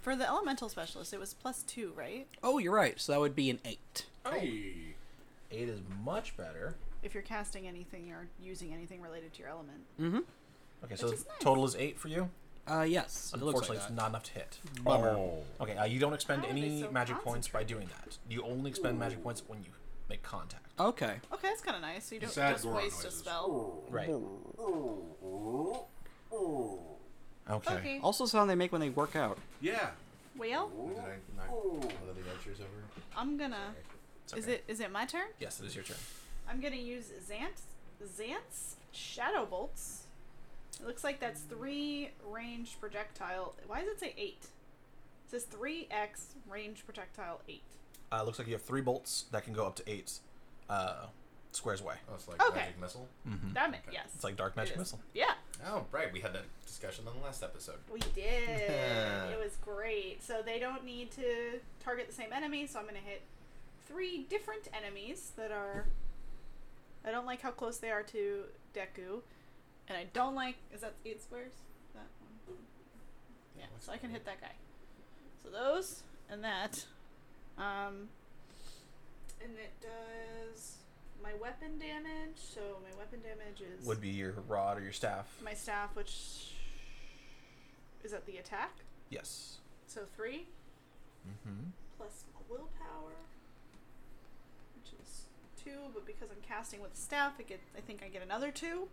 [SPEAKER 5] for the elemental specialist, it was plus two, right?
[SPEAKER 3] Oh, you're right. So that would be an eight.
[SPEAKER 5] Oh.
[SPEAKER 4] Hey.
[SPEAKER 1] Eight is much better.
[SPEAKER 5] If you're casting anything or using anything related to your element.
[SPEAKER 1] Hmm? Okay, so
[SPEAKER 5] Which is
[SPEAKER 1] the
[SPEAKER 5] nice.
[SPEAKER 1] total is eight for you.
[SPEAKER 3] Uh, yes. It looks
[SPEAKER 1] Unfortunately,
[SPEAKER 3] like
[SPEAKER 1] it's
[SPEAKER 3] that.
[SPEAKER 1] not enough to hit.
[SPEAKER 4] Oh.
[SPEAKER 1] Okay, uh, you don't expend
[SPEAKER 5] How are they
[SPEAKER 1] any
[SPEAKER 5] so
[SPEAKER 1] magic points by doing that. You only expend magic points when you make contact.
[SPEAKER 3] Okay.
[SPEAKER 5] Okay, that's kind of nice. So you don't
[SPEAKER 4] Sad
[SPEAKER 5] just
[SPEAKER 4] Goron
[SPEAKER 5] waste a
[SPEAKER 4] noises.
[SPEAKER 5] spell.
[SPEAKER 1] Right. Okay.
[SPEAKER 5] Okay.
[SPEAKER 3] Also, sound they make when they work out.
[SPEAKER 4] Yeah.
[SPEAKER 5] Well,
[SPEAKER 2] Did I knock one of the archers over?
[SPEAKER 5] I'm gonna.
[SPEAKER 1] It's
[SPEAKER 5] Is
[SPEAKER 1] okay.
[SPEAKER 5] it is it my turn?
[SPEAKER 1] Yes, it is your turn.
[SPEAKER 5] I'm gonna use Zant's Zant's Shadow Bolts. It looks like that's three range projectile. Why does it say eight? It says three X range projectile eight.
[SPEAKER 1] Uh, looks like you have three bolts that can go up to eight uh, squares away.
[SPEAKER 2] Oh, it's like
[SPEAKER 5] Okay.
[SPEAKER 2] magic missile.
[SPEAKER 5] That ma- yes.
[SPEAKER 1] Hmm. It's like dark
[SPEAKER 5] It
[SPEAKER 1] magic
[SPEAKER 5] is.
[SPEAKER 1] missile.
[SPEAKER 5] Yeah,
[SPEAKER 2] Oh, right. We had that discussion on the last episode.
[SPEAKER 5] we did.
[SPEAKER 2] Yeah.
[SPEAKER 5] It was great. So they don't need to target the same enemy. So I'm gonna hit three different enemies that are. I don't like how close they are to Deku, and I don't like is that eight squares? That one. Yeah, so I can hit that guy. So those and that. Um, and it does my weapon damage. So my weapon damage is
[SPEAKER 1] Would be your rod or your staff.
[SPEAKER 5] my staff, which is at the attack.
[SPEAKER 1] Yes.
[SPEAKER 5] So three
[SPEAKER 1] Mm-hmm.
[SPEAKER 5] plus my willpower, which is two. But because I'm casting with staff, I get I think I get another two.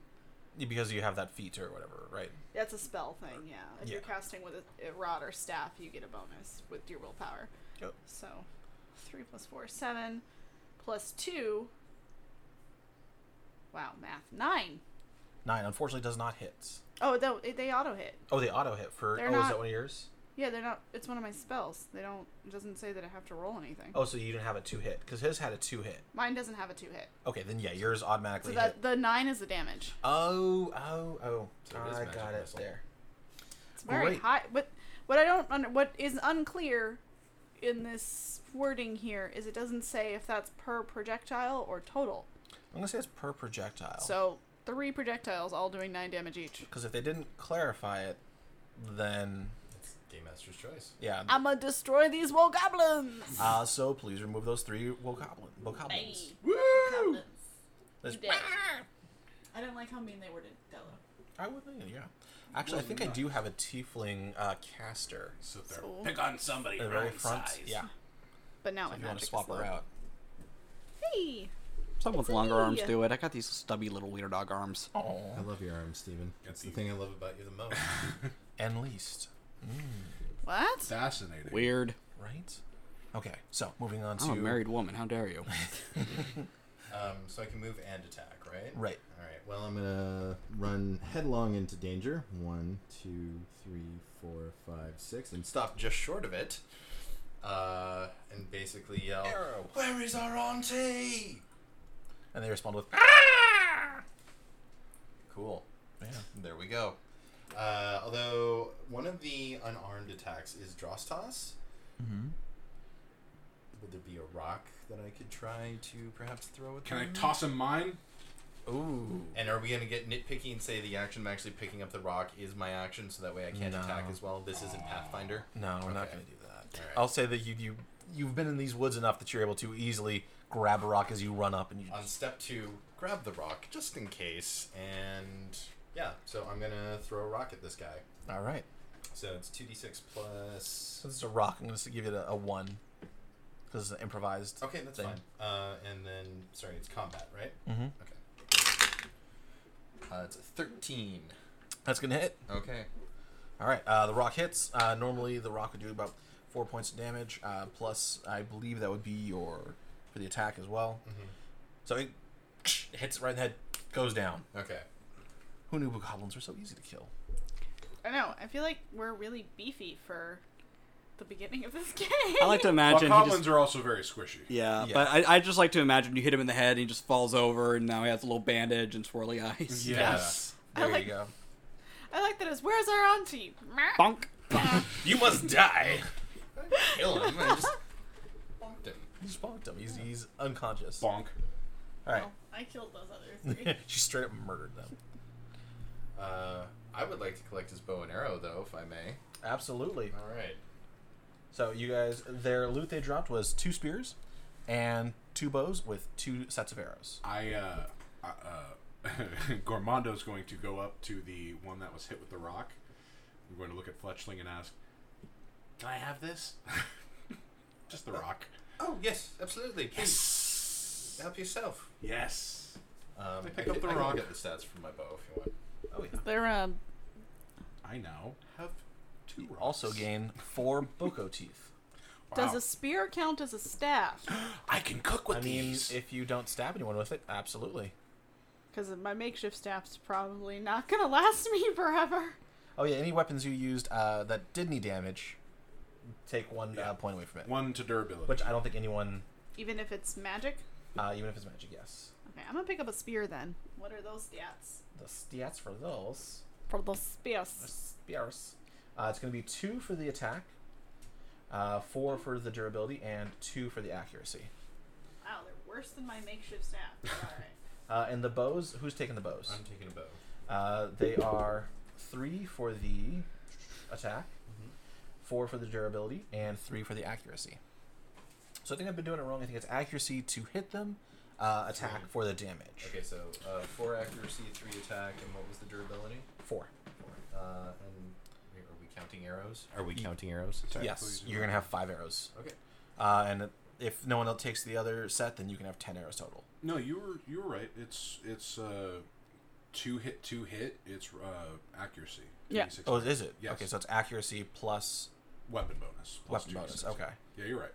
[SPEAKER 1] Because you have that feat or whatever, right?
[SPEAKER 5] That's a spell thing, yeah. If you're
[SPEAKER 1] Yeah.
[SPEAKER 5] casting with a, a rod or staff, you get a bonus with your willpower.
[SPEAKER 1] Yep.
[SPEAKER 5] So, three plus four, seven, plus two. Wow, math nine.
[SPEAKER 1] Nine. Unfortunately, does not hit.
[SPEAKER 5] Oh, no, it- they auto hit.
[SPEAKER 1] Oh, they auto hit for.
[SPEAKER 5] They're
[SPEAKER 1] oh, is
[SPEAKER 5] not-
[SPEAKER 1] that one of yours?
[SPEAKER 5] Yeah, they're not. It's one of my spells. They don't. It doesn't say that I have to roll anything.
[SPEAKER 1] Oh, so you didn't have a two hit because his had a two hit.
[SPEAKER 5] Mine doesn't have a two hit.
[SPEAKER 1] Okay, then Oh, yeah, yours
[SPEAKER 5] So
[SPEAKER 1] automatically hit.
[SPEAKER 5] that the nine is the damage.
[SPEAKER 1] Oh, oh, oh!
[SPEAKER 2] So it is
[SPEAKER 1] I
[SPEAKER 2] magic
[SPEAKER 1] got it
[SPEAKER 2] missile.
[SPEAKER 1] there.
[SPEAKER 5] It's very
[SPEAKER 1] Great.
[SPEAKER 5] high. But what I don't under, what is unclear in this wording here is it doesn't say if that's per projectile or total.
[SPEAKER 1] I'm gonna say it's per projectile.
[SPEAKER 5] So three projectiles, all doing nine damage each.
[SPEAKER 1] because if they didn't clarify it, then
[SPEAKER 2] It's Game Master's choice.
[SPEAKER 1] yeah.
[SPEAKER 5] I'ma destroy these wool goblins.
[SPEAKER 1] Uh, so please remove those three Wokoblin, Wokoblins.
[SPEAKER 5] Goblins.
[SPEAKER 1] Let's-
[SPEAKER 5] Ah! You did. I don't like how mean they were to Della.
[SPEAKER 1] I would, yeah. Actually, I think I do have a tiefling uh, caster.
[SPEAKER 4] So they're
[SPEAKER 5] So-
[SPEAKER 4] pick on somebody
[SPEAKER 1] The
[SPEAKER 4] your
[SPEAKER 1] very
[SPEAKER 4] own
[SPEAKER 1] front,
[SPEAKER 4] size.
[SPEAKER 1] yeah.
[SPEAKER 5] But now my
[SPEAKER 1] If you want
[SPEAKER 5] magic
[SPEAKER 1] to swap
[SPEAKER 5] is
[SPEAKER 1] her
[SPEAKER 5] low.
[SPEAKER 1] out.
[SPEAKER 5] Hey,
[SPEAKER 3] Someone with
[SPEAKER 5] It's
[SPEAKER 3] longer
[SPEAKER 5] me.
[SPEAKER 3] arms do it. I got these stubby little weird dog arms.
[SPEAKER 1] Oh,
[SPEAKER 2] I love your arms, Steven. That's the
[SPEAKER 4] you.
[SPEAKER 2] thing I love about you the most.
[SPEAKER 1] and least,
[SPEAKER 5] what?
[SPEAKER 4] Fascinating.
[SPEAKER 3] Weird.
[SPEAKER 1] right? Okay, so moving on
[SPEAKER 3] I'm
[SPEAKER 1] to
[SPEAKER 3] a married woman. How dare you?
[SPEAKER 2] um, so I can move and attack, right?
[SPEAKER 1] Right.
[SPEAKER 2] All right. Well, I'm gonna run headlong into danger. One, two, three, four, five, six, and stop just short of it. Uh, and basically yell,
[SPEAKER 1] Arrow.
[SPEAKER 2] "Where is our auntie?"
[SPEAKER 1] and they respond with
[SPEAKER 2] Cool.
[SPEAKER 1] yeah.
[SPEAKER 2] There we go. Uh, although one of the unarmed attacks is Dross Toss.
[SPEAKER 1] Mm-hmm.
[SPEAKER 2] Would there be a rock that I could try to perhaps throw at
[SPEAKER 4] Can I
[SPEAKER 2] them?
[SPEAKER 4] toss him mine?
[SPEAKER 1] Ooh.
[SPEAKER 2] And are we going to get nitpicky and say the action of actually picking up the rock is my action so that way I can't
[SPEAKER 1] No.
[SPEAKER 2] attack as well? This isn't Pathfinder.
[SPEAKER 1] No, we're not
[SPEAKER 2] Okay.
[SPEAKER 1] going to do that.
[SPEAKER 2] All right.
[SPEAKER 1] I'll say that you you you've been in these woods enough that you're able to easily grab a rock as you run up and you
[SPEAKER 2] On step two, grab the rock just in case. And yeah, so I'm going to throw a rock at this guy.
[SPEAKER 1] All right.
[SPEAKER 2] So it's 2d6 plus.
[SPEAKER 1] So this is a rock. I'm going to give it a, a 1 cuz it's an improvised.
[SPEAKER 2] Okay, that's
[SPEAKER 1] Same.
[SPEAKER 2] fine. Uh, and then, sorry, it's combat, right?
[SPEAKER 1] Mhm.
[SPEAKER 2] Okay. Uh, it's a 13.
[SPEAKER 1] That's going to hit.
[SPEAKER 2] Okay.
[SPEAKER 1] All right, uh, the rock hits. Uh, normally, the rock would do about four points of damage, uh, plus I believe that would be your for the attack as well.
[SPEAKER 2] Mm-hmm.
[SPEAKER 1] So it hits it right in the head, goes down.
[SPEAKER 2] Okay.
[SPEAKER 1] Who knew goblins were so easy to kill?
[SPEAKER 5] I know. I feel like we're really beefy for the beginning of this game.
[SPEAKER 3] I like to
[SPEAKER 4] Well,
[SPEAKER 3] imagine. he
[SPEAKER 4] goblins
[SPEAKER 3] just,
[SPEAKER 4] are also very squishy.
[SPEAKER 3] yeah,
[SPEAKER 1] Yeah.
[SPEAKER 3] but I, I just like to imagine you hit him in the head and he just falls over and now he has a little bandage and swirly eyes.
[SPEAKER 4] Yeah.
[SPEAKER 5] I
[SPEAKER 1] There
[SPEAKER 5] like-
[SPEAKER 1] you go.
[SPEAKER 5] I like that as where's our auntie?
[SPEAKER 3] Bonk.
[SPEAKER 1] You must die.
[SPEAKER 2] Kill him. I just bonked him.
[SPEAKER 1] You just bonked him. He's, he's unconscious.
[SPEAKER 4] Bonk.
[SPEAKER 1] All right.
[SPEAKER 5] Oh, I killed those other three.
[SPEAKER 1] she straight up murdered them.
[SPEAKER 2] Uh, I would like to collect his bow and arrow, though, if I may.
[SPEAKER 1] Absolutely.
[SPEAKER 2] All right.
[SPEAKER 1] So you guys, their loot they dropped was two spears and two bows with two sets of arrows.
[SPEAKER 4] I, uh, I, uh, Gormando's going to go up to the one that was hit with the rock. I'm going to look at Fletchling and ask, Can I have this? Just the rock.
[SPEAKER 2] Oh, yes, absolutely. Please
[SPEAKER 4] Yes.
[SPEAKER 2] help yourself.
[SPEAKER 4] Yes.
[SPEAKER 2] Um,
[SPEAKER 4] I pick up
[SPEAKER 2] can-
[SPEAKER 4] the
[SPEAKER 2] I can
[SPEAKER 4] rock.
[SPEAKER 2] Get the stats from my bow if you want.
[SPEAKER 1] Oh yeah.
[SPEAKER 5] They're um
[SPEAKER 4] I now have two rocks.
[SPEAKER 1] Also gain four boko teeth.
[SPEAKER 5] does
[SPEAKER 4] Wow.
[SPEAKER 5] a spear count as a staff?
[SPEAKER 4] I can cook with
[SPEAKER 1] I mean,
[SPEAKER 4] these.
[SPEAKER 1] if you don't stab anyone with it, absolutely.
[SPEAKER 5] Because my makeshift staff's probably not gonna last me forever.
[SPEAKER 1] Oh yeah, any weapons you used uh, that did any damage, take one
[SPEAKER 4] Yeah.
[SPEAKER 1] uh, point away from it.
[SPEAKER 4] One to durability.
[SPEAKER 1] Which I don't think anyone,
[SPEAKER 5] Even if it's magic.
[SPEAKER 1] uh, even if it's magic, yes.
[SPEAKER 5] Okay, I'm gonna pick up a spear then. What are those stats?
[SPEAKER 1] The stats for those
[SPEAKER 5] For those
[SPEAKER 1] are
[SPEAKER 5] spears.
[SPEAKER 1] spears. Uh, it's going to be two for the attack, uh, four for the durability, and two for the accuracy.
[SPEAKER 5] Wow, they're worse than my makeshift staff. Alright.
[SPEAKER 1] Uh, and the bows. Who's taking the bows?
[SPEAKER 2] I'm taking a bow.
[SPEAKER 1] Uh, they are three for the attack,
[SPEAKER 4] Mm-hmm.
[SPEAKER 1] four for the durability, and three for the accuracy. So I think I've been doing it wrong. I think it's accuracy to hit them, uh, attack
[SPEAKER 2] Three.
[SPEAKER 1] for the damage.
[SPEAKER 2] Okay, so uh, four accuracy, three attack, and what was the durability?
[SPEAKER 1] Four.
[SPEAKER 2] Uh, and wait, are we counting arrows? Are we counting arrows?
[SPEAKER 4] Technically,
[SPEAKER 1] Yes, you're gonna have five arrows,
[SPEAKER 2] Okay.
[SPEAKER 1] uh, and if no one else takes the other set, then you can have ten arrows total.
[SPEAKER 4] No, you were you were right. It's it's uh, two hit two hit. It's uh, accuracy.
[SPEAKER 5] Yeah.
[SPEAKER 4] 2d6
[SPEAKER 1] Oh, is it?
[SPEAKER 4] Yes.
[SPEAKER 1] Okay, so it's accuracy plus
[SPEAKER 4] weapon bonus. plus
[SPEAKER 1] weapon bonus.
[SPEAKER 4] 2d6.
[SPEAKER 1] Okay,
[SPEAKER 4] Yeah, you're right.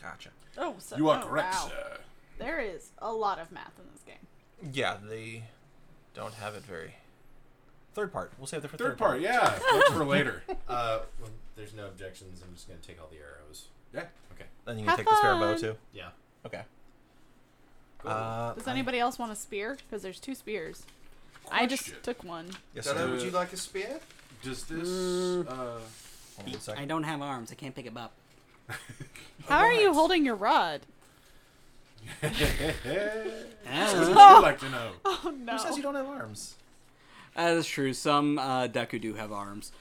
[SPEAKER 1] gotcha.
[SPEAKER 5] Oh, so
[SPEAKER 4] You are
[SPEAKER 5] oh,
[SPEAKER 4] correct,
[SPEAKER 5] wow.
[SPEAKER 4] sir.
[SPEAKER 5] There is a lot of math in this game.
[SPEAKER 1] Yeah, they don't have it very. Third part. We'll save that for
[SPEAKER 4] Third part, yeah, that's for later.
[SPEAKER 2] Uh, well, there's no objections. I'm just gonna take all the arrows.
[SPEAKER 4] Yeah,
[SPEAKER 2] Okay.
[SPEAKER 1] Then you can
[SPEAKER 5] Have
[SPEAKER 1] take the spare bow
[SPEAKER 5] fun.
[SPEAKER 1] too.
[SPEAKER 2] Yeah.
[SPEAKER 1] Okay.
[SPEAKER 2] Cool.
[SPEAKER 1] Uh,
[SPEAKER 5] Does anybody else want a spear? Because there's two spears. I just
[SPEAKER 4] Question.
[SPEAKER 5] took one.
[SPEAKER 1] Yes,
[SPEAKER 2] Dada,
[SPEAKER 1] sir.
[SPEAKER 2] would you like a spear?
[SPEAKER 4] does this?
[SPEAKER 3] Mm.
[SPEAKER 4] Uh,
[SPEAKER 1] Hold on a second.
[SPEAKER 3] don't have arms. I can't pick him up.
[SPEAKER 5] How are you holding your rod?
[SPEAKER 1] Ah.
[SPEAKER 4] I'd like to know.
[SPEAKER 5] Oh no.
[SPEAKER 1] Who says you don't have arms?
[SPEAKER 3] That is true. Some uh, Deku do have arms.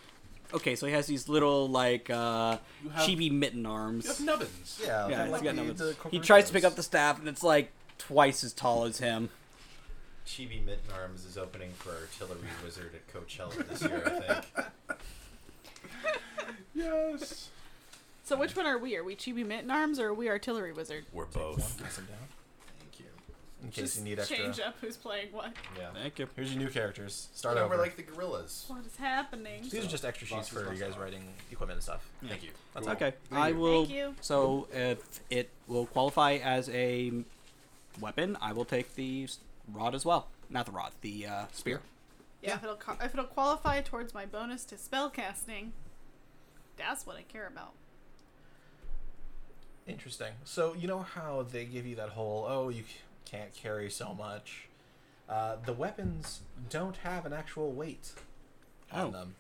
[SPEAKER 3] Okay, so he has these little like uh,
[SPEAKER 4] You have-
[SPEAKER 3] chibi mitten arms.
[SPEAKER 4] You have nubbins.
[SPEAKER 1] Yeah,
[SPEAKER 3] Yeah,
[SPEAKER 1] kinda
[SPEAKER 3] he's
[SPEAKER 1] like
[SPEAKER 3] got
[SPEAKER 1] the-
[SPEAKER 3] numbers.
[SPEAKER 1] the
[SPEAKER 3] he tries to
[SPEAKER 1] Corcoranthos.
[SPEAKER 3] pick up the staff, and it's like twice as tall as him.
[SPEAKER 2] Chibi Mitten Arms is opening for Artillery Wizard at Coachella this year, I think.
[SPEAKER 4] Yes.
[SPEAKER 5] So which one are we? Are we Chibi Mitten Arms or are we Artillery Wizard?
[SPEAKER 7] We're both.
[SPEAKER 1] Pass them down
[SPEAKER 2] Thank you.
[SPEAKER 1] in case you need extra.
[SPEAKER 5] change up who's playing what.
[SPEAKER 2] Yeah.
[SPEAKER 3] Thank you.
[SPEAKER 1] Here's your new characters. Start
[SPEAKER 2] No,
[SPEAKER 1] over.
[SPEAKER 2] we're like the gorillas.
[SPEAKER 5] What is happening?
[SPEAKER 1] These are just extra sheets
[SPEAKER 4] Box is
[SPEAKER 1] for you
[SPEAKER 4] box
[SPEAKER 1] guys
[SPEAKER 4] out.
[SPEAKER 1] writing equipment and stuff.
[SPEAKER 2] Thank you.
[SPEAKER 1] That's all.
[SPEAKER 3] Okay, I will.
[SPEAKER 5] Thank you.
[SPEAKER 3] So if it will qualify as a weapon, I will take the s- rod as well. Not the rod, the uh, spear.
[SPEAKER 5] Yeah, if it'll co- if it'll qualify towards my bonus to spell casting, that's what I care about.
[SPEAKER 1] Interesting. So you know how they give you that whole oh you c- can't carry so much. Uh, the weapons don't have an actual weight on
[SPEAKER 3] Oh.
[SPEAKER 1] them.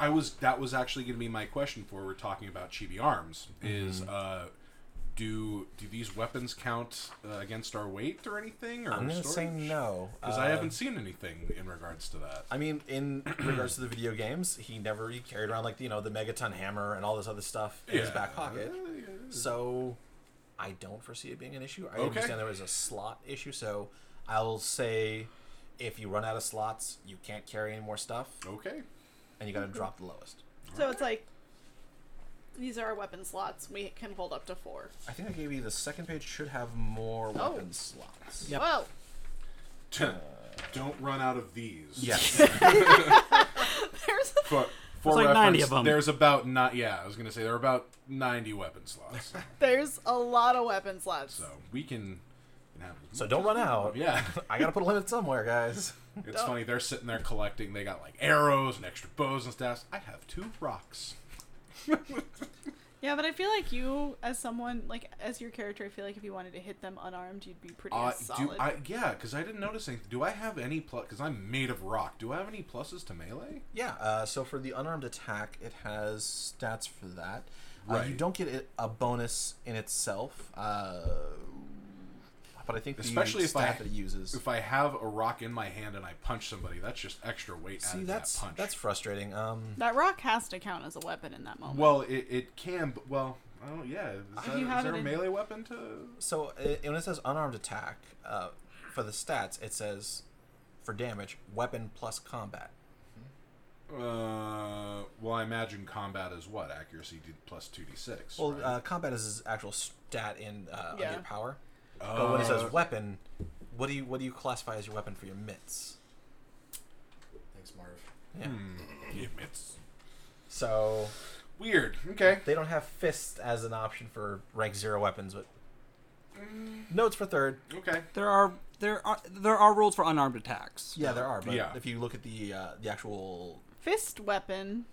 [SPEAKER 4] I was that was actually going to be my question for we're talking about chibi arms is
[SPEAKER 1] Mm-hmm.
[SPEAKER 4] uh do do these weapons count uh, against our weight or anything or
[SPEAKER 1] I'm gonna say no
[SPEAKER 4] because I
[SPEAKER 1] Uh,
[SPEAKER 4] haven't seen anything in regards to that.
[SPEAKER 1] I mean, in regards to the video games, he never he carried around like you know the megaton hammer Er, and all this other stuff in his back pocket. So I don't foresee it being an issue. I
[SPEAKER 4] Okay.
[SPEAKER 1] understand there was a slot issue, so I'll say if you run out of slots, you can't carry any more stuff,
[SPEAKER 4] Okay.
[SPEAKER 1] and you got to drop the lowest.
[SPEAKER 5] So it's like these are our weapon slots. We can hold up to four.
[SPEAKER 1] I think I gave you the second page should have more
[SPEAKER 5] Oh.
[SPEAKER 1] weapon slots.
[SPEAKER 3] Yep.
[SPEAKER 5] Whoa,
[SPEAKER 4] Don't run out of these.
[SPEAKER 1] Yes.
[SPEAKER 5] there's a
[SPEAKER 4] For, for
[SPEAKER 3] There's like 90
[SPEAKER 4] reference,
[SPEAKER 3] of 'em.
[SPEAKER 4] There's about not. Yeah, I was gonna say there are about ninety weapon slots,
[SPEAKER 5] there's a lot of weapon slots.
[SPEAKER 4] so we can, can have. as
[SPEAKER 1] so
[SPEAKER 4] much-
[SPEAKER 1] don't run out.
[SPEAKER 4] Yeah,
[SPEAKER 1] I got to put a limit somewhere, guys.
[SPEAKER 4] it's funny. They're sitting there collecting. They got like arrows and extra bows and staffs. I have two rocks.
[SPEAKER 5] Yeah, but I feel like you, as someone like as your character, I feel like if you wanted to hit them unarmed, you'd be pretty
[SPEAKER 4] Uh, do
[SPEAKER 5] solid.
[SPEAKER 4] I? Yeah, because I didn't notice anything. Do I have any plus? Because I'm made of rock. Do I have any pluses to melee?
[SPEAKER 1] Yeah, uh, so for the unarmed attack, it has stats for that. Uh, you
[SPEAKER 4] Right.
[SPEAKER 1] don't get it- a bonus in itself, uh, but I think the
[SPEAKER 4] Especially if
[SPEAKER 1] stat
[SPEAKER 4] I-
[SPEAKER 1] that it uses.
[SPEAKER 4] If I have a rock in my hand and I punch somebody, that's just extra weight
[SPEAKER 1] See,
[SPEAKER 4] added
[SPEAKER 1] that's
[SPEAKER 4] to that punch.
[SPEAKER 1] that's frustrating. Um,
[SPEAKER 5] that rock has to count as a weapon in that moment.
[SPEAKER 4] well, it, it can. But, well, I don't. Yeah, is, that,
[SPEAKER 5] you
[SPEAKER 4] is
[SPEAKER 5] have
[SPEAKER 4] there
[SPEAKER 5] it
[SPEAKER 4] a
[SPEAKER 5] in-
[SPEAKER 4] melee weapon to?
[SPEAKER 1] so uh when it says unarmed attack, uh, for the stats, it says for damage, weapon plus combat.
[SPEAKER 4] Uh, well, I imagine combat is what accuracy d- plus two d six.
[SPEAKER 1] Well,
[SPEAKER 4] right?
[SPEAKER 1] uh, combat is his actual stat in uh,
[SPEAKER 5] Yeah.
[SPEAKER 1] under power. Uh, but when it
[SPEAKER 4] Uh,
[SPEAKER 1] says weapon, what do you what do you classify as your weapon for your mitts?
[SPEAKER 2] Thanks, Marv.
[SPEAKER 1] Yeah.
[SPEAKER 4] Yeah, it's
[SPEAKER 1] So
[SPEAKER 4] weird. Okay,
[SPEAKER 1] They don't have fists as an option for rank zero weapons, but notes for third.
[SPEAKER 4] okay.
[SPEAKER 3] There are there are there are rules for unarmed attacks.
[SPEAKER 1] Yeah, there are, but
[SPEAKER 4] Yeah.
[SPEAKER 1] if you look at the uh, the actual
[SPEAKER 5] fist weapon